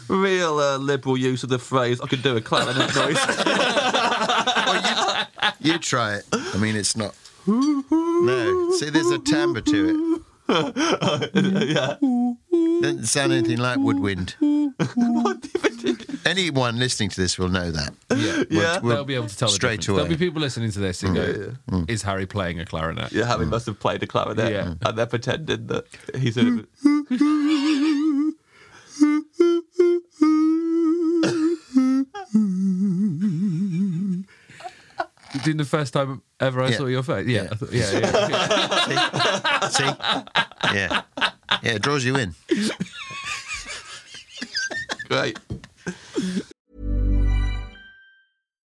Real uh, liberal use of the phrase, I could do a clarinet noise.
You try it. I mean, it's not. No. See, there's a timbre to it. Doesn't sound anything like woodwind. Anyone listening to this will know that.
yeah.
yeah.
We'll-
They'll be able to tell the
Straight
difference.
away. Mm.
There'll be people listening to this who go, "Is Harry playing a clarinet?"
yeah, Harry must have played a clarinet
Yeah.
and they're pretending that he's a.
During the first time ever I
Yeah.
saw your face. Yeah,
Yeah.
I thought- yeah,
*laughs*
yeah. yeah.
See? Yeah. Yeah, it draws you in.
Great.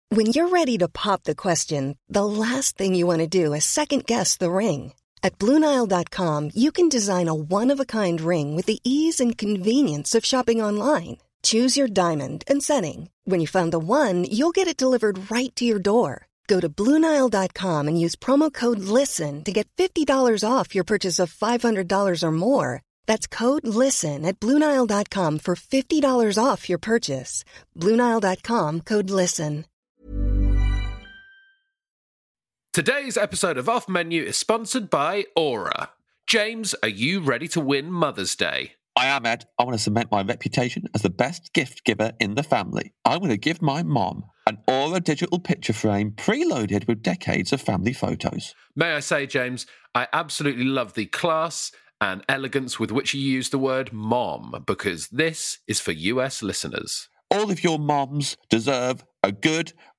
When you're ready to pop the question, the last thing you want to do is second guess the ring. At Bluenile.com, you can design a one of a kind ring with the ease and convenience of shopping online. Choose your diamond and setting. When you find the one, you'll get it delivered right to your door. Go to Bluenile.com and use promo code LISTEN to get $50 off your purchase of $500 or more. That's code LISTEN at Bluenile.com for $50 off your purchase. Bluenile.com code LISTEN.
Today's episode of Off Menu is sponsored by Aura. James, are you ready to win Mother's Day?
I am, Ed. I want to cement my reputation as the best gift giver in the family. I'm going to give my mom an Aura digital picture frame preloaded with decades of family photos.
May I say, James, I absolutely love the class and elegance with which you use the word mom because this is for US listeners.
All of your moms deserve a good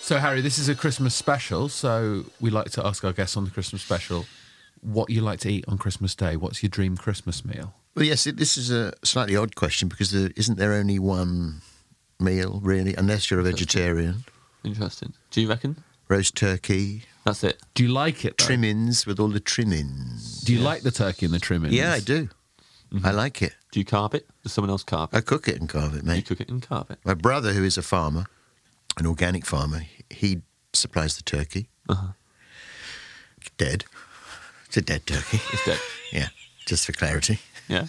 So, Harry, this is a Christmas special. So, we like to ask our guests on the Christmas special what you like to eat on Christmas Day. What's your dream Christmas meal?
Well, yes, it- this is a slightly odd question because there isn't there only one meal really, unless you're a vegetarian.
Interesting. Do you reckon?
Roast turkey,
That's it.
Do you like it? Though?
trimmings with all the trimmings.
Do you like the turkey and the trimmings?
Yeah, I do. I like it.
Do you carve it? Does someone else carve
I cook it and carve it, mate.
cook it and carve it.
My brother, who is a farmer, an organic farmer, he supplies the turkey. Dead. It's a dead turkey. *laughs*
It's dead.
yeah, just for clarity.
Yeah.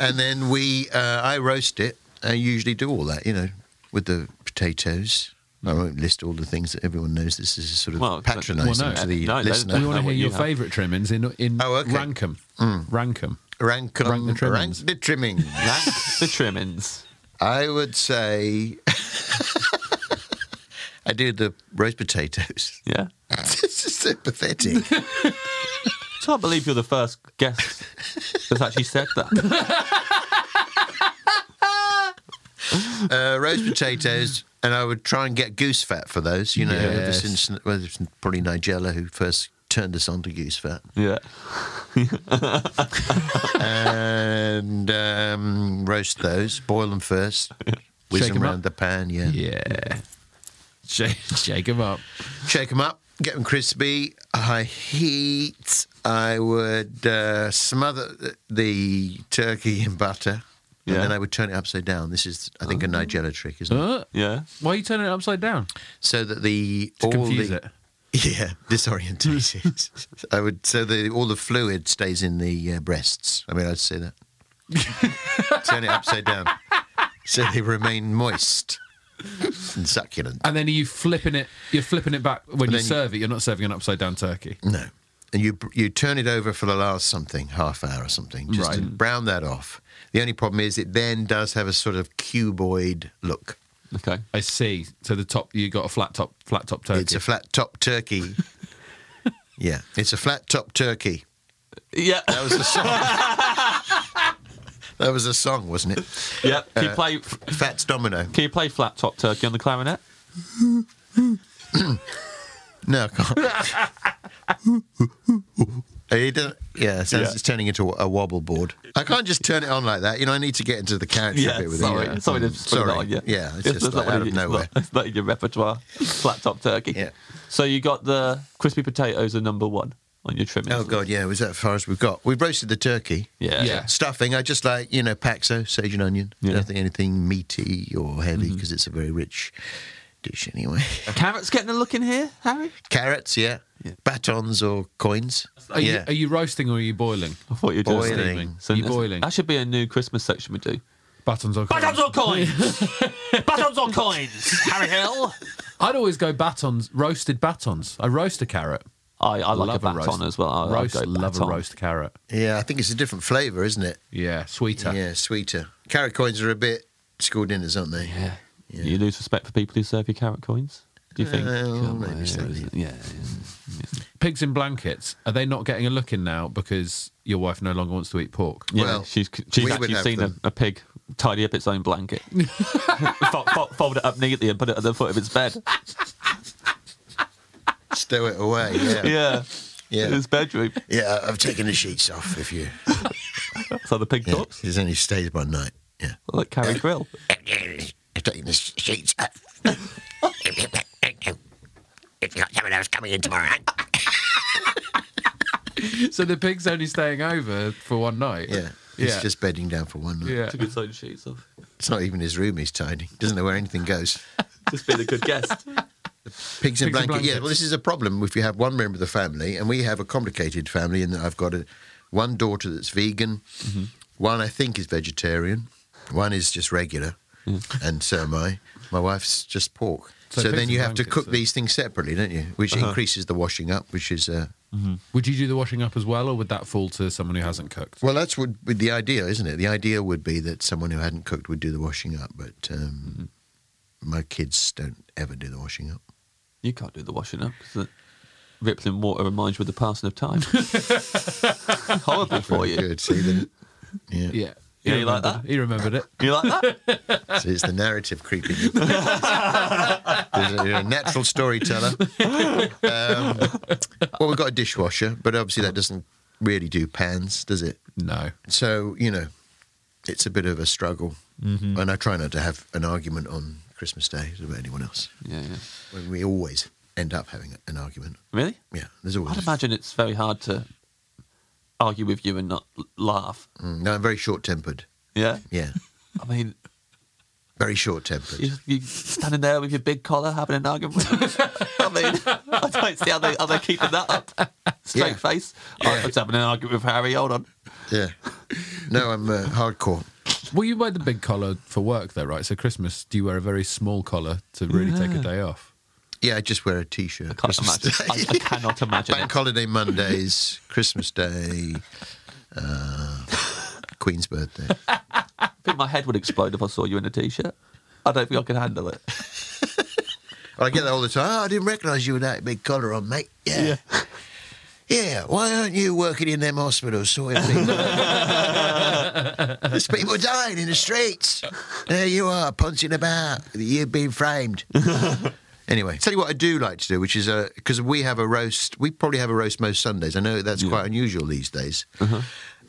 And then we, uh, I roast it. I usually do all that, you know, with the potatoes. I won't list all the things that everyone knows. This is sort of
Well, exactly.
patronising
Well, no,
to the
no, they-
listener.
they
We want
know
to hear
what you
your
have.
favourite trimmings in in
Oh, okay.
rank 'em. Rank 'em.
rank,
Rank the
on-
trimmings.
rank the trimmings.
Rank the trimmings.
I would say *laughs* I do the roast potatoes. *laughs*
Yeah.
this is so pathetic.
I can't believe you're the first guest that's actually said that.
uh, roast potatoes, and I would try and get goose fat for those. You know, ever
Yes.
since well, it's probably Nigella who first turned us on to goose fat,
Yeah.
and um, roast those, boil
*laughs*
them first, whiz
Shake 'em
them
up.
around the pan. Yeah,
Yeah. Shake, shake 'em up.
shake them up, get them crispy, high heat. I would uh, smother th- the turkey in butter. And
Yeah.
then I would turn it upside down. This is, I
Oh.
think, a Nigella trick, isn't it?
Uh,
Yeah.
why are you turning it upside down?
So that the
To
all
confuse
the,
it.
Yeah, *laughs* disorientated. I would so the all the fluid stays in the uh, breasts. I mean, I'd say that. *laughs* Turn it upside down, so they remain moist and succulent.
And then are you flipping it? You're flipping it back when you
then you-
serve it. You're not serving an upside down turkey.
No, and you you turn it over for the last something half hour or something, just to
Right.
brown that off. The only problem is it then does have a sort of cuboid look.
Okay.
I see. So the top, you got a flat top, flat top turkey.
It's a flat top *laughs* turkey. yeah, it's a flat top turkey.
Yeah.
That was a song. that was a song, wasn't it?
Yeah. Can you play?
Fats Domino.
Can you play flat top turkey on the clarinet?
No, I can't. It doesn't- yeah, it sounds it's turning into a wobble board. I can't just turn it on like that. You know, I need to get into the character a bit with
sorry,
it. Yeah.
sorry to
Mm,
spring that on you.
Yeah, it's just like
not
out of *laughs*
really- it's
nowhere.
Not, it's not in your repertoire. Flat top turkey.
Yeah.
So you got the crispy potatoes are number one on your trimmings.
Oh god, yeah, it was that far as we've got. We've roasted the turkey.
Yeah.
Yeah.
Stuffing, I just like, you know, paxo, sage and onion.
Yeah. Mm-hmm.
Nothing anything meaty or heavy because it's a very rich dish anyway.
*laughs* Carrots getting a look in here, Harry?
Carrots, yeah. Batons or coins.
Are, you,
yeah.
are you roasting or are you boiling?
I thought you were doing
Boiling.
something. So
You're
that's-
boiling.
That should be a new Christmas section we do.
Buttons or coins?
Batons or *laughs* coins? Batons or coins? Harry Hill?
I'd always go batons, roasted batons. I roast a carrot.
I, I like
love
a baton
roast.
as well. I, I'd
roast,
go
love
baton.
a roast carrot.
yeah, I think it's a different flavour, isn't it?
Yeah, sweeter.
Yeah, sweeter. Carrot coins are a bit school dinners, aren't they? Yeah.
You lose respect for people who serve you carrot coins, do you think?
Well,
Yeah,
maybe
yeah,
slightly.
yeah,
Pigs in blankets. Are they not getting a look in now because your wife no longer wants to eat
*laughs*
pork?
yeah.
Well,
she's
we
she's
would
actually
have
seen a,
them.
a pig tidy up its own
*laughs*
blanket, fold, fold, fold it up neatly, and put it at the foot of its bed.
*laughs*
Stow it away, yeah.
*laughs*
yeah.
Yeah,
Yeah.
in its bedroom.
I've taken the sheets off if you
So the pig
yeah.
talks
There's only stays by night. Yeah.
like Carrie Grill.
I've taken the sheets off.
If you got someone else coming in tomorrow night.
So the pig's only staying over for one night.
Yeah. He's
Yeah.
just bedding down for one night.
yeah.
Took its own sheets off.
It's not even his room he's tidying. Doesn't know where anything goes.
Just being a good guest.
Pigs in
Pigs in
blanket. Yeah,
blankets.
well, this is a problem if you have one member of the family, and we have a complicated family in that I've got a, one daughter that's vegan,
Mm-hmm.
one I think is vegetarian, one is just regular, and so am I. My wife's just pork.
Mm. So
So,
pigs
then
in
you have to
blankets
cook
are- Uh-huh.
these things separately, don't you? Which increases the washing up, which is. Uh,
Would you do the washing up as well, or would that fall to someone who hasn't cooked?
Well, that's what with the idea, isn't it? The idea would be that someone who hadn't cooked would do the washing up, but um, my kids don't ever do the washing up.
You can't do the washing up because the rippling water reminds you of the passing of *laughs* time. Horrible for
Very
you.
Good. See, the, yeah.
Yeah.
Yeah, you like
remembered- He remembered it.
You like that?
So it's the narrative creeping. in. There's a, you're a natural storyteller. Um, well, we've got a dishwasher, but obviously that doesn't really do pans, does it?
No.
So you know, it's a bit of a struggle, and I try not to have an argument on Christmas Day with anyone else.
Yeah, yeah.
When we always end up having an argument.
Really?
Yeah, there's always.
I'd imagine it's very hard to argue with you and not l- laugh.
Mm, no, I'm very short-tempered.
Yeah. *laughs*
Yeah,
I mean,
very short-tempered.
you you standing there with your big collar having an argument. I mean, I don't see how they, how they're keeping that up. Straight
Yeah.
face. Oh, I was having an argument with Harry. Hold on.
Yeah. No, I'm uh, hardcore.
Well, you wear the big collar for work, though, right? So Christmas, do you wear a very small collar to really take a day off?
Yeah, I just wear a t-shirt.
Can't
Christmas
imagine.
Day.
*laughs*
I, I cannot imagine.
Bank
it. *laughs*
holiday Mondays, Christmas Day, uh, Queen's birthday.
I think my head would explode if I saw you in a t-shirt. I don't think I could handle it.
I get that all the time. Oh, I didn't recognise you with that big collar on, mate. Yeah. yeah. why aren't you working in them hospitals sorting people? There's people dying in the streets. There you are, punching about. You've been framed. anyway, tell you what I do like to do, which is because we have a roast. We probably have a roast most Sundays. I know that's quite unusual these days.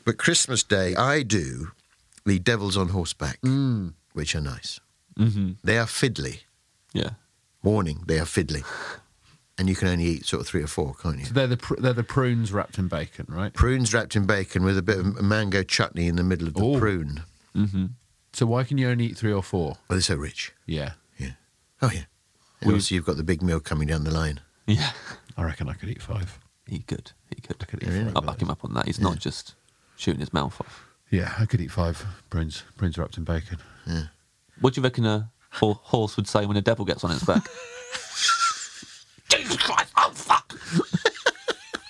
But Christmas Day, I do the devils on horseback, which are nice. Mm-hmm. They are fiddly.
Yeah.
Warning, they are fiddly. And you can only eat sort of three or four, can't you?
So they're the pr- they're the prunes wrapped in bacon, right?
Prunes wrapped in bacon with a bit of mango chutney in the middle of the
Ooh.
prune.
So why can you only eat three or four?
Well, they're so rich.
Yeah,
Yeah. Oh, yeah. And also, you've got the big meal coming down the line.
Yeah.
I reckon I could eat five.
He could. He could.
could eat five
I'll back him up on that. He's not just shooting his mouth off.
Yeah, I could eat five prunes. Prunes wrapped in bacon.
What do you reckon a ho- horse would say when a devil gets on its back?
*laughs* Jesus Christ, oh fuck! *laughs*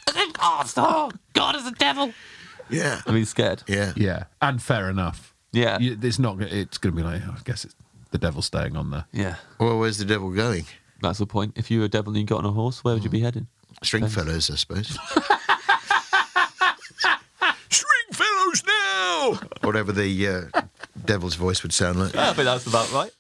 I think, oh, oh, God is the devil!
Yeah.
I mean, scared.
Yeah.
Yeah, and fair enough.
Yeah.
You- it's not. gonna- It's going to be like. oh, I guess it's the devil staying on there.
Yeah.
Well, where's the devil going?
That's the point. If you were a devil and you got on a horse, where would you be heading?
Stringfellows, I suppose.
Stringfellows now.
Whatever the uh, devil's voice would sound like.
I think that's about right.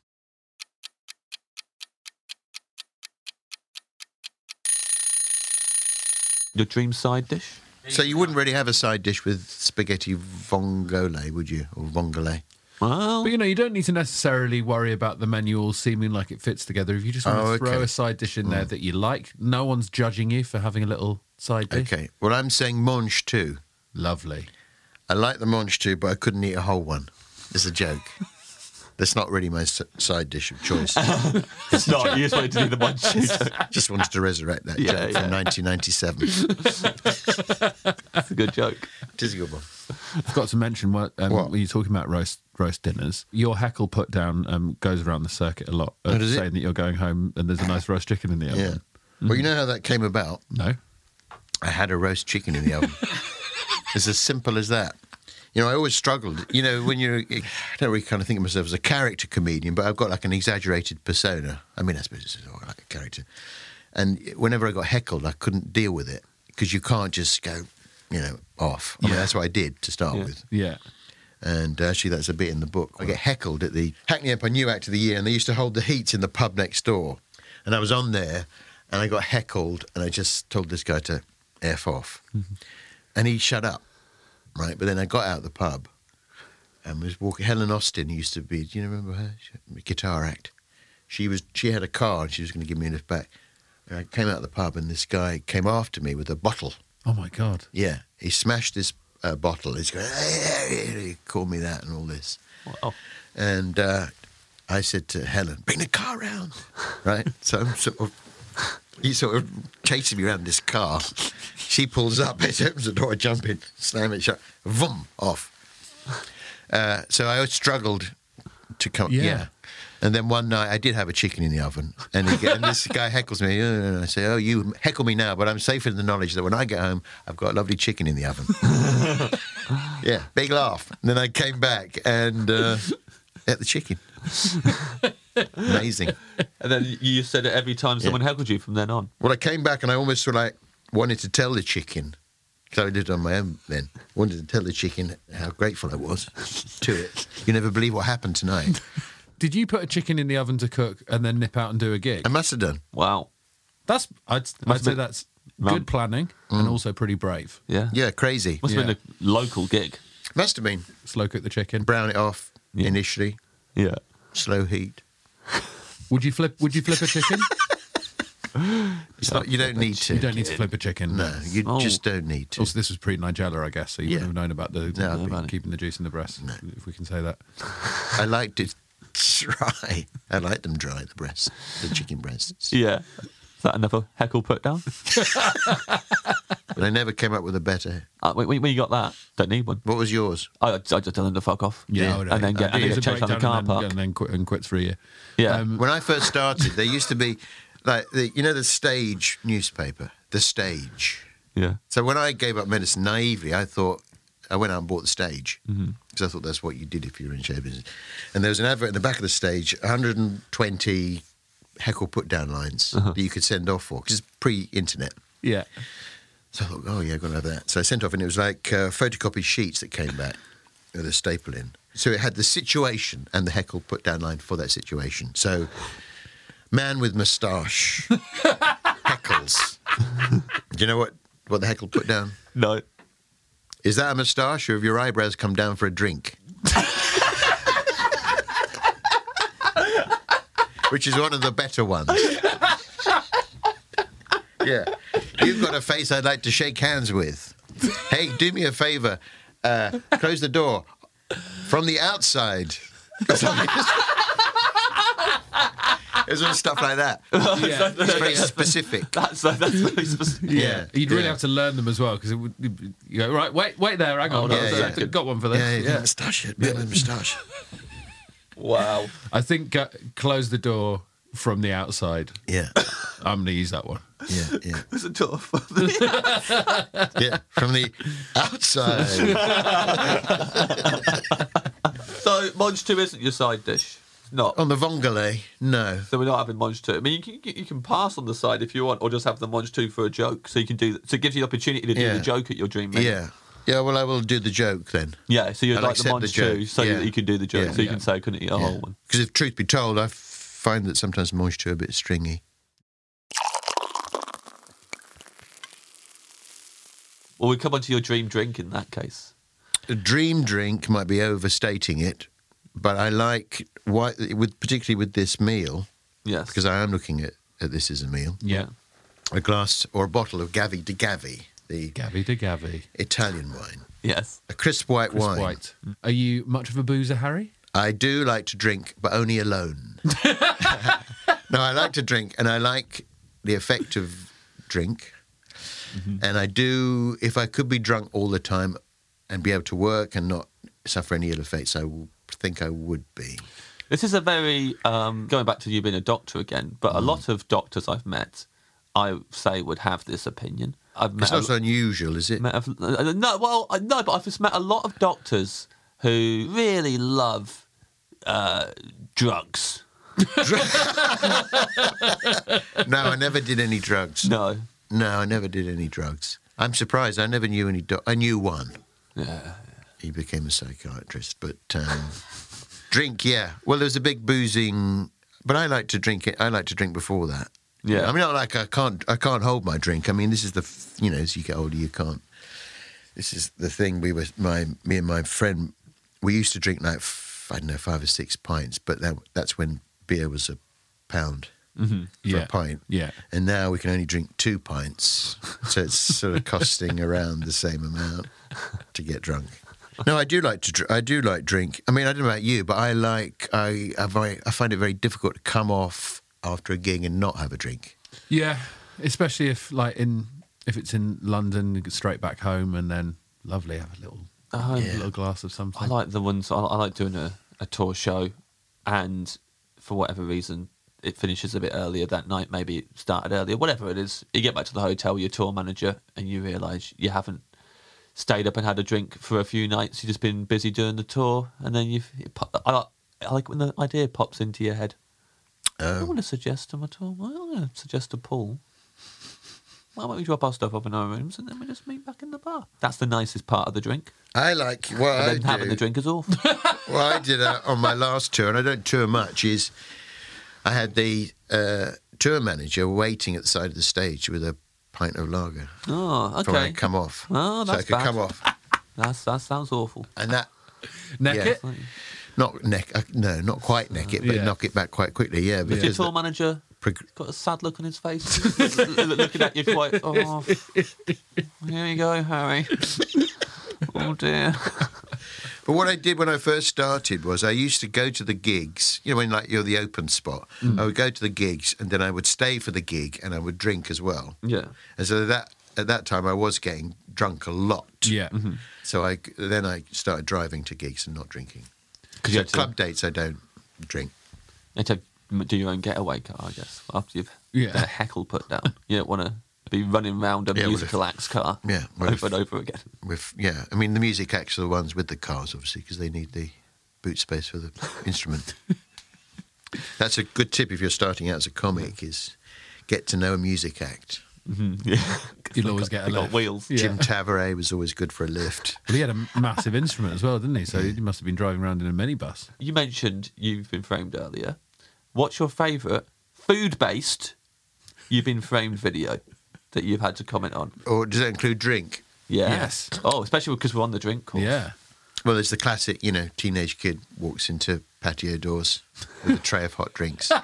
Your dream side dish?
So, you wouldn't really have a side dish with spaghetti vongole, would you? Or vongole?
Well,
But you know, you don't need to necessarily worry about the manual seeming like it fits together. If you just want
Oh,
to throw
okay. Mm.
a side dish in there that you like, no one's judging you for having a little side dish.
Okay. Well, I'm saying munch too.
Lovely.
I like the munch too, but I couldn't eat a whole one. It's
*laughs*
a joke. That's not really my s- side dish of choice.
it's not. You just wanted to do the *laughs* munch.
Just wanted to resurrect
*laughs*
that
Yeah,
joke
yeah.
from
*laughs*
1997.
That's a good joke.
it is a good one.
Forgot to mention what, um,
What?
when you're talking about roast roast dinners, your heckle put down um, goes around the circuit a lot, uh,
Oh, does it?
saying that you're going home and there's a nice roast chicken in the oven.
Yeah. Well,
Mm-hmm.
you know how that came about?
No.
I had a roast chicken in the oven. it's as simple as that. You know, I always struggled. You know, when you're, I don't really kind of think of myself as a character comedian, but I've got like an exaggerated persona. I mean, I suppose it's all like a character. And whenever I got heckled, I couldn't deal with it because you can't just go, you know, off. I mean, that's what I did to start with.
Yeah.
And uh, actually, that's a bit in the book. I get heckled at the Hackney Empire New Act of the Year, and they used to hold the heats in the pub next door. And I was on there, and I got heckled, and I just told this guy to F off. And he shut up, right? But then I got out of the pub and was walking. Helen Austin used to be, do you remember her? She- guitar act. She was. She had a car, and she was going to give me a lift back. And I came out of the pub, and this guy came after me with a bottle.
Oh my God.
Yeah, he smashed this uh, bottle. He's going, "Hey, hey, hey," he called me that and all this.
Wow.
And uh, I said to Helen, bring the car round. Right? So I'm sort of, he's sort of chasing me around this car. She pulls up, *laughs* it opens the door, I jump in, slam it shut, vroom, off. Uh, so I struggled to come.
Yeah.
Yeah. And then one night I did have a chicken in the oven, and, he, and this guy heckles me. "Oh," And I say, "Oh, you heckle me now, but I'm safe in the knowledge that when I get home, I've got a lovely chicken in the oven." yeah, big laugh. And then I came back and uh, ate the chicken. Amazing.
And then you said it every time someone heckled you from then on.
Well, I came back and I almost sort of like wanted to tell the chicken because I lived on my own then. Wanted to tell the chicken how grateful I was *laughs* to it. You never believe what happened tonight.
Did you put a chicken in the oven to cook and then nip out and do a gig?
I
Um,
must have done.
Wow.
That's I'd, I'd say that's
Mum. Mm.
good planning and also pretty brave.
Yeah.
Yeah, crazy.
Must have
Yeah.
been a local gig.
Must have been.
Slow cook the chicken.
brown it off initially,
Yeah.
slow heat.
Would you flip? Would you flip a
*laughs*
chicken?
It's not, you don't need to.
you don't need to flip a chicken.
No, you
Oh.
just don't need to.
Also, this was pre Nigella, I guess, so you
Yeah.
wouldn't have known about the
No,
the-
about it.
keeping the juice in the breast, if we can say that.
I like to dry. I like them dry, the breasts, the chicken breasts.
Yeah. Is that another heckle put down?
But I never came up with a better.
uh, when, when you got that, don't need one.
What was yours?
I, I just tell them to fuck off.
Yeah,
And then get, and then get chased on the car
and then,
park.
and then quit, and quits for a year.
Yeah.
When I first started, there used to be, like, the, you know, the stage newspaper, the stage.
yeah.
So when I gave up medicine naively, I thought I went out and bought the stage because I thought that's what you did if you were in show business. And there was an advert in the back of the stage, 120 heckle put down lines that you could send off for because it's pre-internet.
Yeah,
So I thought, oh yeah, I've got to have that. So I sent off, and it was like uh, photocopied sheets that came back with a staple in. So it had the situation and the heckle put down line for that situation. So, man with moustache heckles. Do you know what what the heckle put down?
No. *laughs*
Is that a moustache, or have your eyebrows come down for a drink? Which is one of the better ones. yeah. You've got a face I'd like to shake hands with. Hey, do me a favour. Uh, close the door from the outside. It's all stuff like that.
yeah.
It's very *laughs* specific.
That's, that's very specific.
Yeah.
You'd really
yeah.
have to learn them as well because it would. You go right. Wait, wait there. Hang on.
Hold on
a
I've
second.
Got one for this.
Yeah, yeah,
Yeah.
moustache. it, Yeah, moustache.
Wow.
I think uh, close the door from the outside.
Yeah,
I'm going to use that one.
yeah, yeah.
That's a *laughs* tough
Yeah, from the
*laughs*
outside.
So, Munch 2 isn't your side dish. It's not.
On the vongole, no.
So we're not having Munch 2. I mean, you can, you can pass on the side if you want, or just have the Munch 2 for a joke. So you can do So it gives you the opportunity to do
Yeah.
the joke at your dream meal.
Yeah. Yeah, well, I will do the joke then.
Yeah, so you'd
I'll
like the
accept the
Munch
joke.
2 so
Yeah.
that you can do the joke.
Yeah.
so you
Yeah.
can say, I couldn't eat a whole one.
Because if truth be told, I f- find that sometimes moisture a bit stringy.
Well, we come on to your dream drink in that case.
A dream drink might be overstating it, But I like why, with particularly with this meal,
Yes.
because I am looking at, at this as a meal.
Yeah.
A glass or a bottle of Gavi di Gavi, the
Gabby to Gabby.
Italian wine,
Yes.
a crisp white
Chris
wine.
White. Are you much of a boozer, Harry?
I do like to drink, but only alone. no, I like to drink, and I like the effect of drink. And I do, if I could be drunk all the time and be able to work and not suffer any ill effects, I w- think I would be.
This is a very um, going back to you being a doctor again, but
Mm.
a lot of doctors I've met, I say would have this opinion. I've met
It's
a
not so unusual, is it?
met a, uh, no, well, I- no, but I've just met a lot of doctors who really love uh, drugs.
No, I never did any drugs.
No,
No, I never did any drugs. I'm surprised. I never knew any. Do- I knew one.
Yeah.
He became a psychiatrist, but um, drink, yeah. Well, there was a big boozing, but I like to drink it. I like to drink before that.
Yeah.
I mean, not like I can't. I can't hold my drink. I mean, this is the. f- You know, as you get older, you can't. This is the thing. We were my me and my friend. We used to drink like f- I don't know five or six pints, but that that's when beer was a pound for
Yeah.
a pint.
Yeah.
And now we can only drink two pints. So it's sort
*laughs*
of costing around the same amount to get drunk. No, I do like to. Dr- I do like drink. I mean, I don't know about you, but I like. I I, very, I find it very difficult to come off after a gig and not have a drink.
Yeah. Especially if like in if it's in London, you go straight back home and then lovely, have a little
Oh,
a little glass of something.
I like the ones I, I like doing a, a tour show, and for whatever reason, it finishes a bit earlier that night. Maybe it started earlier, whatever it is. You get back to the hotel, your tour manager, and you realise you haven't stayed up and had a drink for a few nights. You've just been busy doing the tour, and then you've. It pop, I, like, I like when the idea pops into your head.
Um,
I want to suggest them at all. I want to suggest a pool. Why don't we drop our stuff off in our rooms and then we just meet back in the bar? That's the nicest part of the drink.
I like what
And
I
then having
do.
the drink is awful.
What I did uh, on my last tour, and I don't tour much, is I had the uh, tour manager waiting at the side of the stage with a pint of lager
Oh,
for when I
okay.
come off.
Oh,
so I
that's
could
bad.
come off,
That's, that sounds awful.
and that
Neck
yeah.
it.
Not neck, uh, no, not quite neck it, but
Yeah.
knock it back quite quickly. Yeah,
Did your
because
tour
the
manager
prog-
got a sad look on his face? *laughs* Looking at you quite, oh, here you go,
*laughs*
Harry. Oh, dear.
But what I did when I first started was I used to go to the gigs. You know, when like you're the open spot,
Mm.
I would go to the gigs, and then I would stay for the gig, and I would drink as well.
Yeah.
And so that at that time I was getting drunk a lot.
Yeah.
Mm-hmm. So I then I started driving to gigs and not drinking.
Because you
So
had to,
club dates I don't drink.
you had to m- do your own getaway car, I guess, after you've
Yeah.
had a heckle put down. You don't want to be running round a
Yeah, well,
musical
if-
acts car
yeah, well,
over
if-
and over again. *laughs*
With yeah, I mean the music acts are the ones with the cars obviously because they need the boot space for the *laughs* instrument. That's a good tip if you're starting out as a comic is get to know a music act.
Yeah.
You'll always get a
They got
lift.
wheels.
Yeah.
Jim Tavare was always good for a lift.
Well, he had a massive instrument as well, didn't he? So he must have been driving around in a minibus.
You mentioned you've been framed earlier. What's your favourite food based you've been framed video that you've had to comment on?
Or does that include drink?
Yeah.
Yes.
Oh, especially because we're on the drink course.
Yeah.
Well, there's the classic, you know, teenage kid walks into patio doors with a tray of hot drinks. *laughs*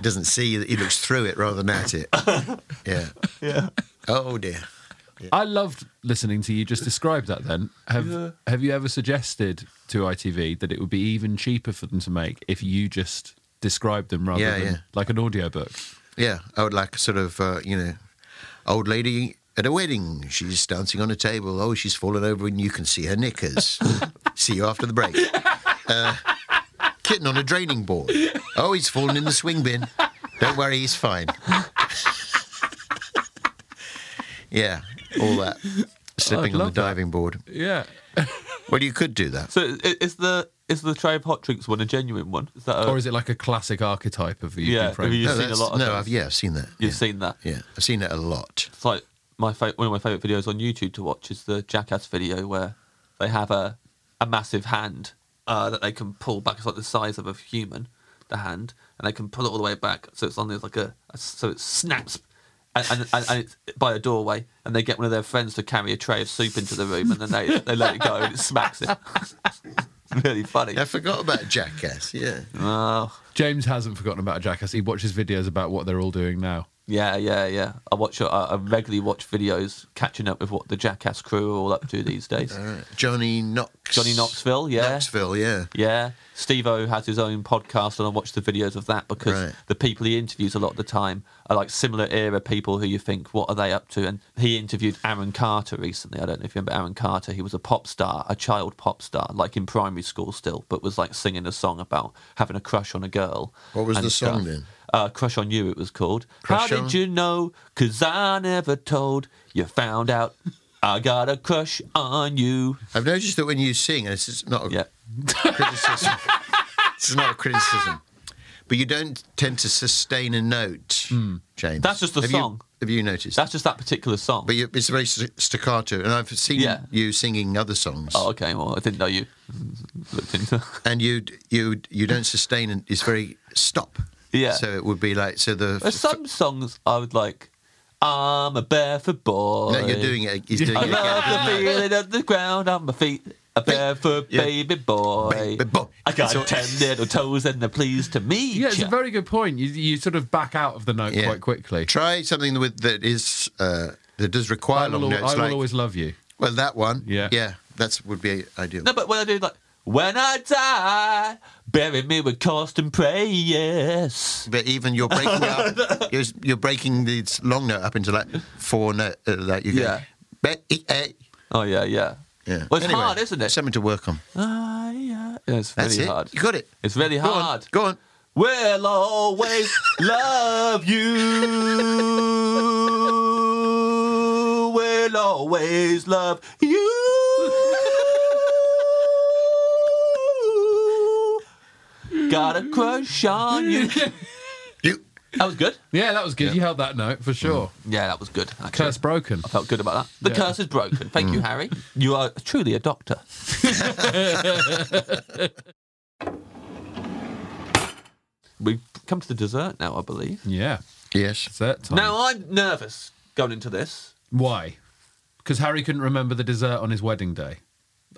Doesn't see that he looks through it rather than at it. Yeah. Yeah. Oh dear.
I loved listening to you just describe that. Then have have you ever suggested to ITV that it would be even cheaper for them to make if you just described them rather
Yeah,
than
yeah.
like an audiobook?
Yeah, I would like a sort of, uh, you know, old lady at a wedding. She's dancing on a table. Oh, she's fallen over, and you can see her knickers. see you after the break. Uh, kitten on a draining board. Oh, he's fallen in the swing bin. Don't worry, he's fine. *laughs* yeah, all that. Slipping on the
love that.
diving board.
Yeah.
Well, you could do that.
So i- is the is the tray of hot drinks one a genuine one? Is that a,
or is it like a classic archetype of the
Yeah,
yeah,
have you-
No,
seen a
that's-
lot of
no
those?
I've, yeah, I've seen that.
you've
yeah.
seen that?
Yeah, I've seen it a lot.
It's like my fa- one of my favourite videos on YouTube to watch is the Jackass video where they have a a massive hand uh, that they can pull back. It's like the size of a human, the hand, and they can pull it all the way back. So it's on this like a, a- so it snaps and, and, and, and it's by a doorway, and they get one of their friends to carry a tray of soup into the room, and then they, they let it go and it smacks it. *laughs* really funny.
I forgot about Jackass. Yeah.
Oh,
James hasn't forgotten about Jackass. He watches videos about what they're all doing now.
yeah, yeah, yeah. I watch. I, I regularly watch videos catching up with what the Jackass crew are all up to these days.
Johnny Knox.
Johnny Knoxville, yeah.
Knoxville. Yeah.
Yeah, Steve O has his own podcast, and I watch the videos of that because
Right.
the people he interviews a lot of the time are like similar era people who you think, what are they up to? And he interviewed Aaron Carter recently. I don't know if you remember Aaron Carter. He was a pop star, a child pop star, like in primary school still, but was like singing a song about having a crush on a girl.
What was
and
the song
stuff.
then?
Uh, crush on You, it was called.
Crush
How
on-
did you know? Because I never told. You found out. I got a crush on you.
I've noticed that when you sing, and this is not a
Yeah.
criticism. this is not a criticism. But you don't tend to sustain a note, James.
Hmm. That's just the
have
song.
You, have you noticed?
That's just that particular song.
but you, it's very st- staccato, and I've seen
Yeah.
you singing other songs,
Oh, okay. Well, I didn't know you looked into.
and you d- you d- you don't sustain, and it's very stop.
Yeah.
So it would be like so the.
There's some songs I would like. I'm a barefoot boy.
no, you're doing it. He's doing
I *laughs*
it
love the
again.
feeling of the ground on my feet. A barefoot
Yeah.
baby boy.
Baby boy.
I got
It's all-
ten little toes and they're pleased to meet
Yeah, it's
ya.
a very good point. You, you sort of back out of the note
Yeah.
quite quickly.
Try something with that is uh, that does require
I will,
long
al-
notes.
I will
like,
always love you.
well, that one.
Yeah.
Yeah, that's would be ideal.
No, but when I do like, when I die, bury me with constant prayers.
But even you're
*laughs*
breaking up, you're, you're breaking the long note up into like four note. Uh, like you go,
Yeah.
"Be- e- e."
Oh yeah, yeah.
Yeah.
Well, it's
Anyway,
hard, isn't it?
Something to work on.
Ah, yeah. Yeah, It's
That's
really
it.
hard.
You got it.
It's really
Go on,
hard.
Go on.
We'll always love you. We'll always love you. Got a crush on you.
You.
That was good.
Yeah, that was good. You held that note for sure.
Yeah, that was good. actually.
Curse broken.
I felt good about that. The
Yeah. Mm.
curse is broken. Thank you, Harry. You are truly
*laughs*
a doctor. We've come to the dessert now, I believe.
Yeah,
Yes.
it's that time.
Now I'm nervous going into this.
Why? Because Harry couldn't remember the dessert on his wedding day.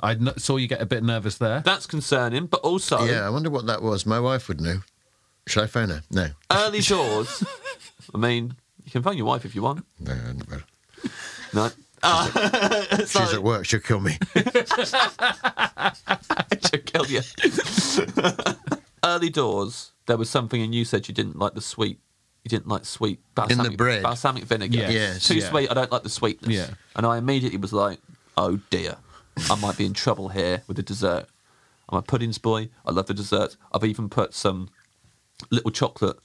I kn- saw you get a bit nervous there.
That's concerning, but also
Yeah. I wonder what that was. My wife would know. Should I phone her? No.
early doors. I mean, you can phone your wife if you want.
No. I
*laughs*
don't know.
No. Uh,
She's at work. She'll
*laughs*
kill me.
she'll kill you. *laughs* early doors. There was something, and you said you didn't like the sweet. You didn't like sweet balsamic,
bread.
balsamic vinegar.
Yes. Yes,
too
yeah.
sweet. I don't like the sweetness.
Yeah.
And I immediately was like, "Oh dear, I might be in trouble here with the dessert." I'm a puddings boy. I love the dessert. I've even put some little chocolate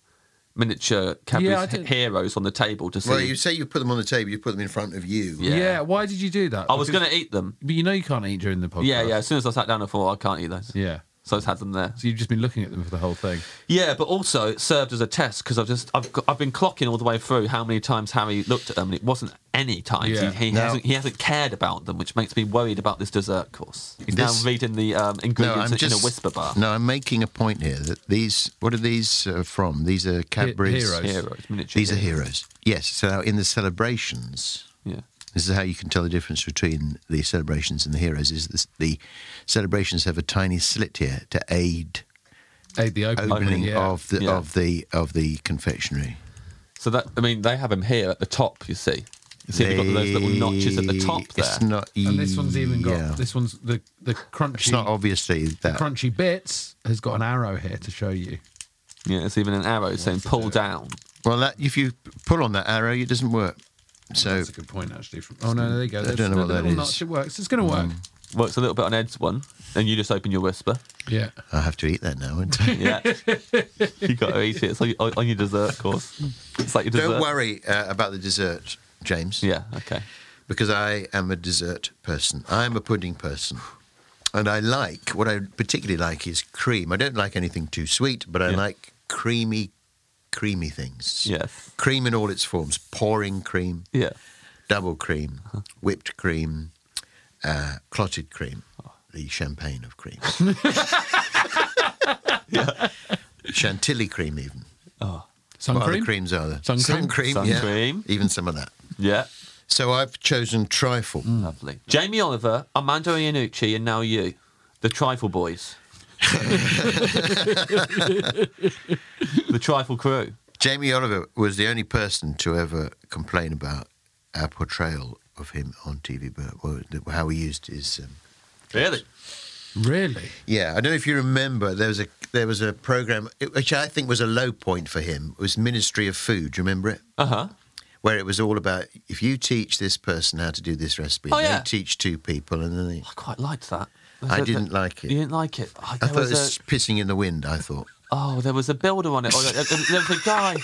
miniature Cadbury's
I did.
heroes on the table to see.
Well, you say you put them on the table. You put them in front of you.
Yeah.
Why did you do that?
I was
Because-
going to eat them.
But you know you can't eat during the podcast.
Yeah, yeah. As soon as I sat down, I thought "Oh, I can't eat those.
Yeah.
So I just had them there.
So you've just been looking at them for the whole thing.
Yeah, but also it served as a test because I've just I've got, I've been clocking all the way through how many times Harry looked at them, and it wasn't any times.
Yeah.
He, he
No.
hasn't he hasn't cared about them, which makes me worried about this dessert course. He's
This-
now reading the um,
No,
ingredients
I'm
in
just
a whisper bar.
No, I'm making a point here that these. What are these uh, from? These are Cadbury's.
heroes.
Heroes, miniature.
These are heroes. Yes. So in the celebrations,
Yeah.
this is how you can tell the difference between the celebrations and the heroes. Is this, the celebrations have a tiny slit here to aid
Ate the opening,
opening,
yeah.
of the
Yeah.
of the of the confectionery.
So that I mean, they have them here at the top. You see, you see, they've got those little notches at the top there.
It's not. e-
and this one's even got
yeah.
this one's the the crunchy
It's not obviously that.
crunchy bits has got an arrow here to show you.
Yeah, it's even an arrow saying pull down.
well, that if you pull on that arrow, it doesn't work. So
That's a good point actually. From, oh no, there you go.
don't
That's-
know what
the
that
little
is. Mm.
notch, It works. It's going to work.
Works a little bit on Ed's one, and you just open your whisper.
Yeah.
I have to eat that now. won't I?
Yeah, you got to eat it. It's on, your- on your dessert course. It's like your dessert.
Don't worry uh, about the dessert, James.
Yeah. Okay.
because I am a dessert person. I am a pudding person. And I like, what I particularly like is cream. I don't like anything too sweet, but I
Yeah.
like creamy, creamy things.
Yes.
Cream in all its forms pouring cream,
Yeah.
double cream,
Uh-huh.
whipped cream, uh, clotted cream, the champagne of
*laughs*
cream. *laughs* Chantilly cream, even.
Sun
what
cream?
other creams are there?
Sun cream?
cream,
Sun
yeah.
cream.
Even some of that.
Yeah.
So I've chosen trifle.
Lovely. Jamie Oliver, Armando Iannucci, and now you, the Trifle Boys, the Trifle Crew.
Jamie Oliver was the only person to ever complain about our portrayal of him on TV, but well, the- how we used his. Um,
Really?
Really?
yeah, I don't know if you remember. There was a there was a program it- which I think was a low point for him. It was Ministry of Food. Do you remember it?
Uh huh.
Where it was all about if you teach this person how to do this recipe,
Oh,
and
yeah.
they teach two people, and then they,
I quite liked that.
I didn't like it.
You didn't like it. Oh,
I
there
thought
was
it was
a,
pissing in the wind. I thought.
oh, there was a builder on it. Or there, there- there was a guy.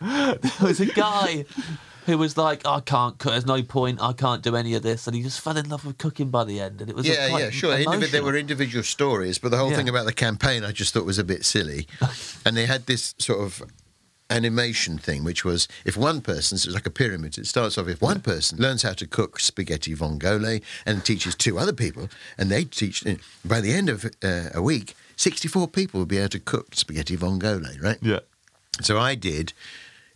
*laughs* there was a guy who was like, I can't cook. There's no point. I can't do any of this. And he just fell in love with cooking by the end. And it was
Yeah,
quite
yeah, sure. Indivi- there
emotional.
were individual stories, but the whole
Yeah.
thing about the campaign I just thought was a bit
*laughs*
silly. and they had this sort of animation thing, which was if one person, so it's like a pyramid, it starts off if one person learns how to cook spaghetti vongole and teaches two other people, and they teach, by the end of uh, a week, 64 people will be able to cook spaghetti vongole, right?
Yeah.
So I did.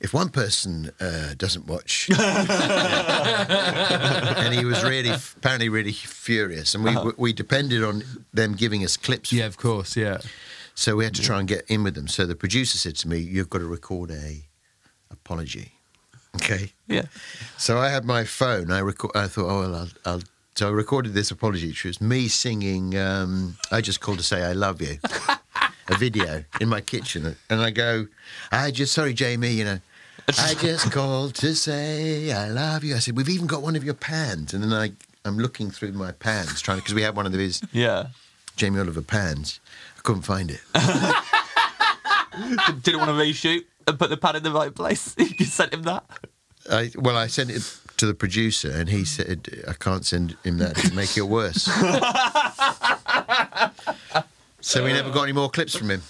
If one person uh,
*laughs*
doesn't watch, and he was really apparently really furious, and we we depended on them giving us clips,
Uh-huh. Yeah, of course. Yeah.
so we had to try and get in with them. So the producer said to me, "You've got to record a apology." Okay.
Yeah.
So I had my phone. I record. I thought, oh well, I'll. I'll so I recorded this apology, which was me singing. Um, I just called to say I love you. a video in my kitchen, and I go, I just sorry, Jamie. You know, I just called to say I love you. I said we've even got one of your pans, and then I I'm looking through my pans trying because we had one of these
Yeah.
Jamie Oliver pans. I couldn't find it.
didn't want to reshoot and put the pad in the right place. *laughs* you just sent him that.
I well, I sent it to the producer, and he said, "I can't send him that to make it worse." so we never got any more clips from him.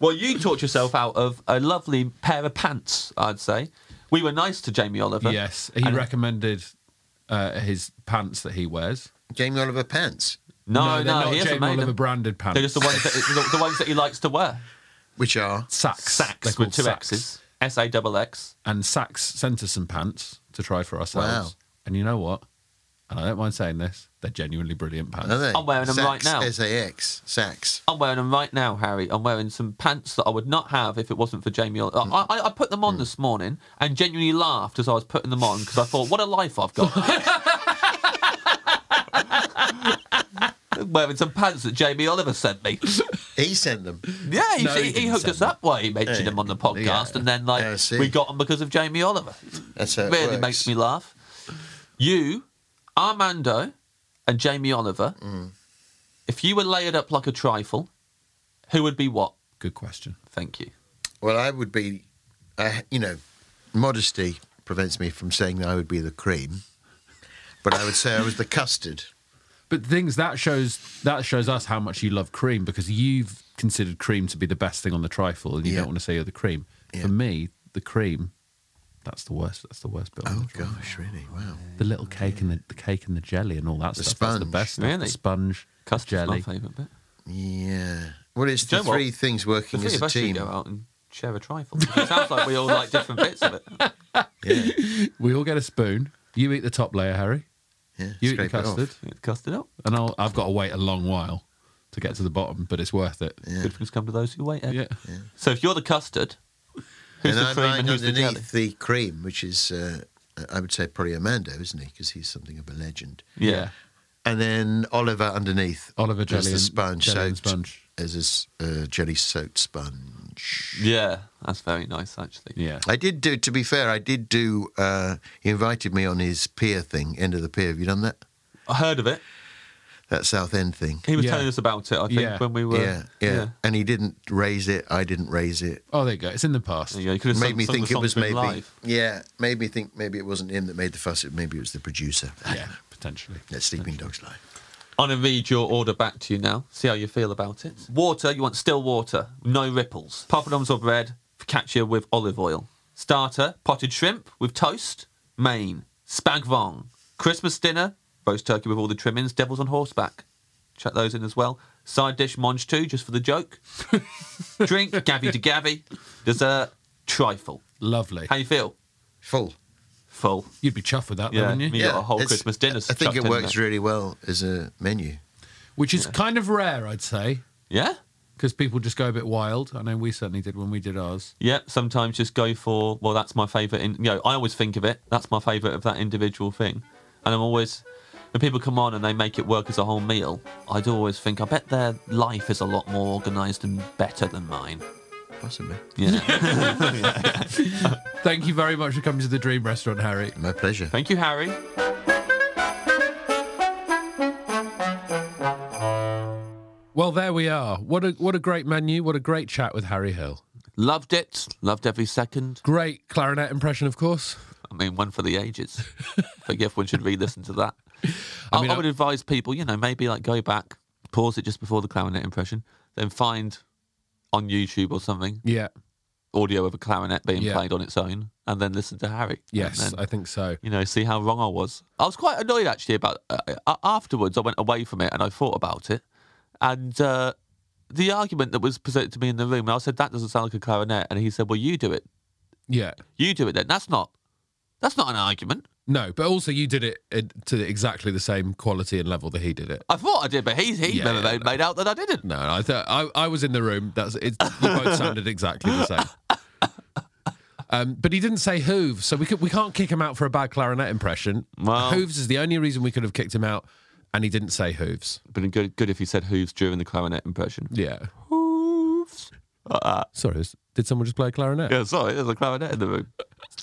Well, you talked yourself out of a lovely pair of pants, I'd say. We were nice to Jamie Oliver.
Yes. He
And-
recommended uh, his pants that he wears.
Jamie Oliver pants,
No,
they're
no,
not
he hasn't
Jamie
made
Oliver
them.
branded pants.
They're just the ones, that, the, the ones that he likes to wear.
which are
sacks. They're
Sacks
called
with two
sacks.
X's. S A double X.
And Sacks sent us some pants to try for ourselves.
Wow.
And you know what? And I don't mind saying this, they're genuinely brilliant pants.
are they?
I'm wearing 'em right now.
S A X sacks.
I'm wearing them right now, Harry. I'm wearing some pants that I would not have if it wasn't for Jamie Oliver.
Hmm.
I, I, I put them on this morning and genuinely laughed as I was putting them on because I thought, what a life I've
*laughs*
got. wearing some pants that Jamie Oliver sent me.
He sent them.
Yeah, he,
No,
he,
he
he
didn't
hooked
send
us up while he mentioned
Yeah,
him on the podcast,
yeah.
and then like
Yeah, I see.
we got him because of Jamie Oliver.
That's how it
really
works.
makes me laugh. You, Armando, and Jamie Oliver.
Mm.
If you were layered up like a trifle, who would be what?
Good question.
Thank you.
Well, I would be, I, you know, modesty prevents me from saying that I would be the cream, but I would say I was the custard.
But the thing is, that shows that shows us how much you love cream because you've considered cream to be the best thing on the trifle, and you
Yeah.
don't want to say you're the cream.
Yeah.
For me, the cream, that's the worst. That's the worst bit. on
Oh
the trifle.
gosh, really? Wow.
The little cake and the, the cake and the jelly and all that stuff. That's the
sponge.
best. stuff.
Oh, Really?
The sponge, the
Custard's my
jelly.
favourite bit.
Yeah. Well, it's
Do you
the
know what?
three things
The
working
three
as
of
a
us should
team.
go out and share a trifle. It sounds like we all like different bits of it.
*laughs* Yeah,
We all get a spoon. You eat the top layer, Harry.
yeah.
You eat the
scrape it off.
custard,
Custard up.
and I'll, I've got to wait a long while to get to the bottom, but it's worth it.
Good things come to those who wait. Ed.
Yeah.
So if you're the custard, who's
and
the
I'm
cream and who's the jelly?
underneath the, cream, which is, uh, I would say, probably Amando, isn't he? Because he's something of a legend.
yeah.
And then Oliver underneath.
Oliver jelly
as the
and-
sponge
jelly and
soaked-
sponge.
As his uh, jelly soaked sponge.
Yeah, that's very nice, actually.
Yeah.
I did do, to be fair, I did do, uh, he invited me on his pier thing, end of the pier. Have you done that?
I heard of it.
That South End thing.
He was
Yeah.
telling us about it, I think,
Yeah.
when we were.
yeah, yeah, And he didn't raise it. I didn't raise it.
Oh, there you go. It's in the past.
There you go. He could have
made
sung-
me
sung
think
the
it was
songs
maybe
live.
yeah made me think maybe it wasn't him that made the fuss it maybe it was the producer
Yeah, potentially.
that sleeping dog's life
I'm going to read your order back to you now. See how you feel about it. Water, you want still water, no ripples. Poppadoms or bread, focaccia with olive oil. Starter, potted shrimp with toast, main, spag vong. Christmas dinner, roast turkey with all the trimmings, devils on horseback. Check those in as well. Side dish, Monge 2, just for the joke. Drink, Gabby to Gabby. Dessert, trifle.
Lovely.
How you feel?
Full.
Full.
You'd be chuffed with that, though,
Yeah,
wouldn't you?
me- You got a whole
it's-
Christmas dinner
I think
chucked
it
in
works
there.
really well as a menu.
Which is kind of rare, I'd say,
Yeah?
because people just go a bit wild. I know we certainly did when we did ours.
Yeah, sometimes just go for well. That's my favorite. In, you know, I always think of it. That's my favorite of that individual thing, and I'm always when people come on and they make it work as a whole meal. I do always think I bet their life is a lot more organised and better than mine.
Possibly.
Yeah.
Thank you very much for coming to the Dream Restaurant, Harry.
My pleasure.
Thank you, Harry.
Well, there we are. What a what a great menu. What a great chat with Harry Hill.
Loved it. Loved every second.
Great clarinet impression, of course.
I mean, one for the *laughs* ages. I think everyone should re-listen to that. I,
mean,
I
I-
would advise people, you know, maybe like go back, pause it just before the clarinet impression, then find on YouTube or something
Yeah.
audio of a clarinet being
Yeah.
played on its own and then listen to Harry.
Yes,
And then,
I think so.
you know, see how wrong I was. I was quite annoyed actually about uh, uh, afterwards. I went away from it and I thought about it. And uh, the argument that was presented to me in the room, I said, that doesn't sound like a clarinet. And he said, well, you do it.
Yeah.
You do it then. That's not. That's not an argument.
No, but also you did it uh, to exactly the same quality and level that he did it.
I thought I did, but he he
Yeah,
never
yeah,
made, made out that I didn't.
No, I thought I, I was in the room. That's it. You
*laughs*
both sounded exactly the same. Um, but he didn't say hooves, so we could, we can't kick him out for a bad clarinet impression.
Well-
hooves is the only reason we could have kicked him out, and he didn't say hooves.
But good, good if he said hooves during the clarinet impression.
Yeah.
Hooves. Uh,
Sorry, is- did someone just play a clarinet?
Yeah, sorry, there's a clarinet in the room.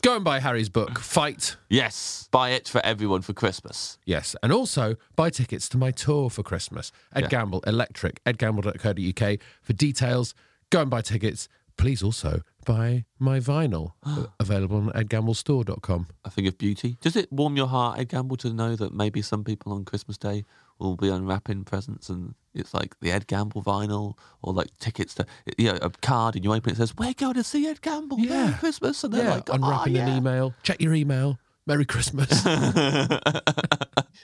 Go and buy Harry's
Mm.
book, Fight.
Yes, buy it for everyone for Christmas.
Yes, and also buy tickets to my tour for Christmas. Ed Gamble, Electric, edgamble.co.uk for details. Go and buy tickets. Please also buy my
*gasps*
vinyl, uh, available on edgamblestore.com.
I think of beauty. Does it warm your heart, Ed Gamble, to know that maybe some people on Christmas Day will be unwrapping presents and it's like the Ed Gamble vinyl or like tickets to, you know, a card and you open it, it says, We're going to see Ed Gamble. Merry
Yeah.
Christmas. And they're
yeah,
like, "Oh,
unwrapping
yeah."
an
*laughs*
email. Check your email. Merry Christmas.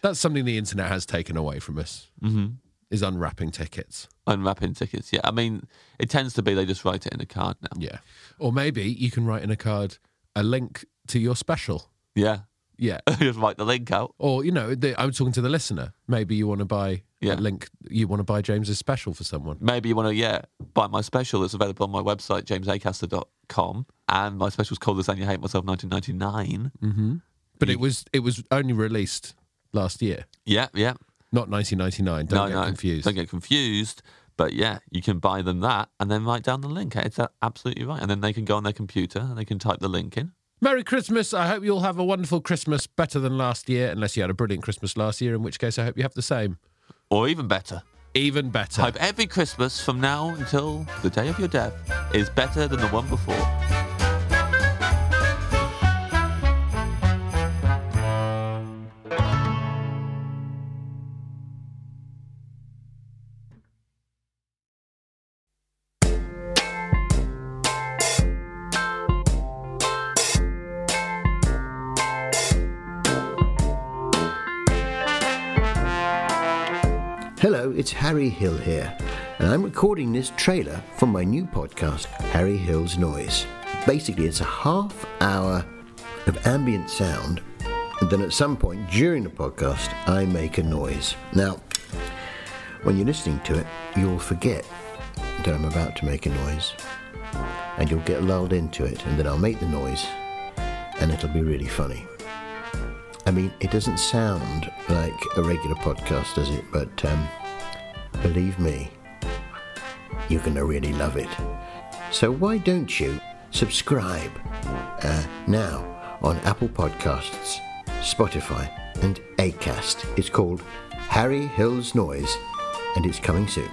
That's something the internet has taken away from us. Mm-hmm. Is unwrapping tickets.
Unwrapping tickets. Yeah. I mean, it tends to be they just write it in a card now.
Yeah. Or maybe you can write in a card a link to your special.
Yeah. *laughs*
Yeah.
just write the link out.
Or you know, the, I'm talking to the listener. Maybe you want to buy
Yeah.
a link. You want to buy James's special for someone.
Maybe you want to, yeah, buy my special that's available on my website, jamesacaster.com. And my special's called Lasagna Hate Myself 1999.
But it was it was only released last year,
Yeah, yeah.
not 1999. Don't get confused.
Don't get confused. But yeah, you can buy them that and then write down the link. It's a- absolutely right. And then they can go on their computer and they can type the link in.
Merry Christmas. I hope you'll have a wonderful Christmas, better than last year, unless you had a brilliant Christmas last year, in which case I hope you have the same.
Or even better,
Even better.
hope every Christmas from now until the day of your death is better than the one before.
Hello, it's Harry Hill here, and I'm recording this trailer for my new podcast, Harry Hill's Noise. Basically, it's a half hour of ambient sound, and then at some point during the podcast, I make a noise. Now, when you're listening to it, you'll forget that I'm about to make a noise, and you'll get lulled into it, and then I'll make the noise, and it'll be really funny. I mean, it doesn't sound like a regular podcast, does it? But um, believe me, you're going to really love it. So why don't you subscribe uh, now on Apple Podcasts, Spotify, and Acast? It's called Harry Hill's Noise, and it's coming soon.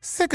Sick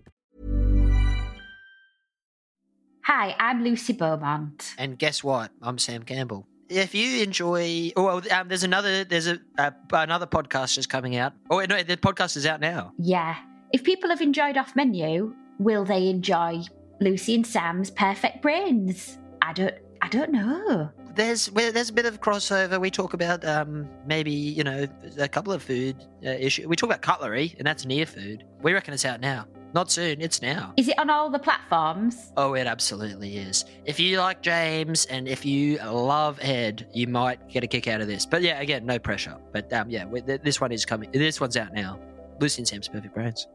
Hi, I'm Lucy Beaumont.
And guess what? I'm Sam Campbell. If you enjoy, oh, well, um, there's another there's a uh, another podcast just coming out. Oh wait, no, the podcast is out now.
Yeah. If people have enjoyed Off Menu, will they enjoy Lucy and Sam's Perfect Brains? I don't. I don't know.
There's well, there's a bit of crossover. We talk about um, maybe you know a couple of food uh, issue. We talk about cutlery, and that's near food. We reckon it's out now. Not soon. It's now.
Is it on all the platforms?
Oh, it absolutely is. If you like James and if you love Ed, you might get a kick out of this. But yeah, again, no pressure. But um, yeah, we- th- this one is coming. This one's out now. Lucy and Sam's Perfect Brains.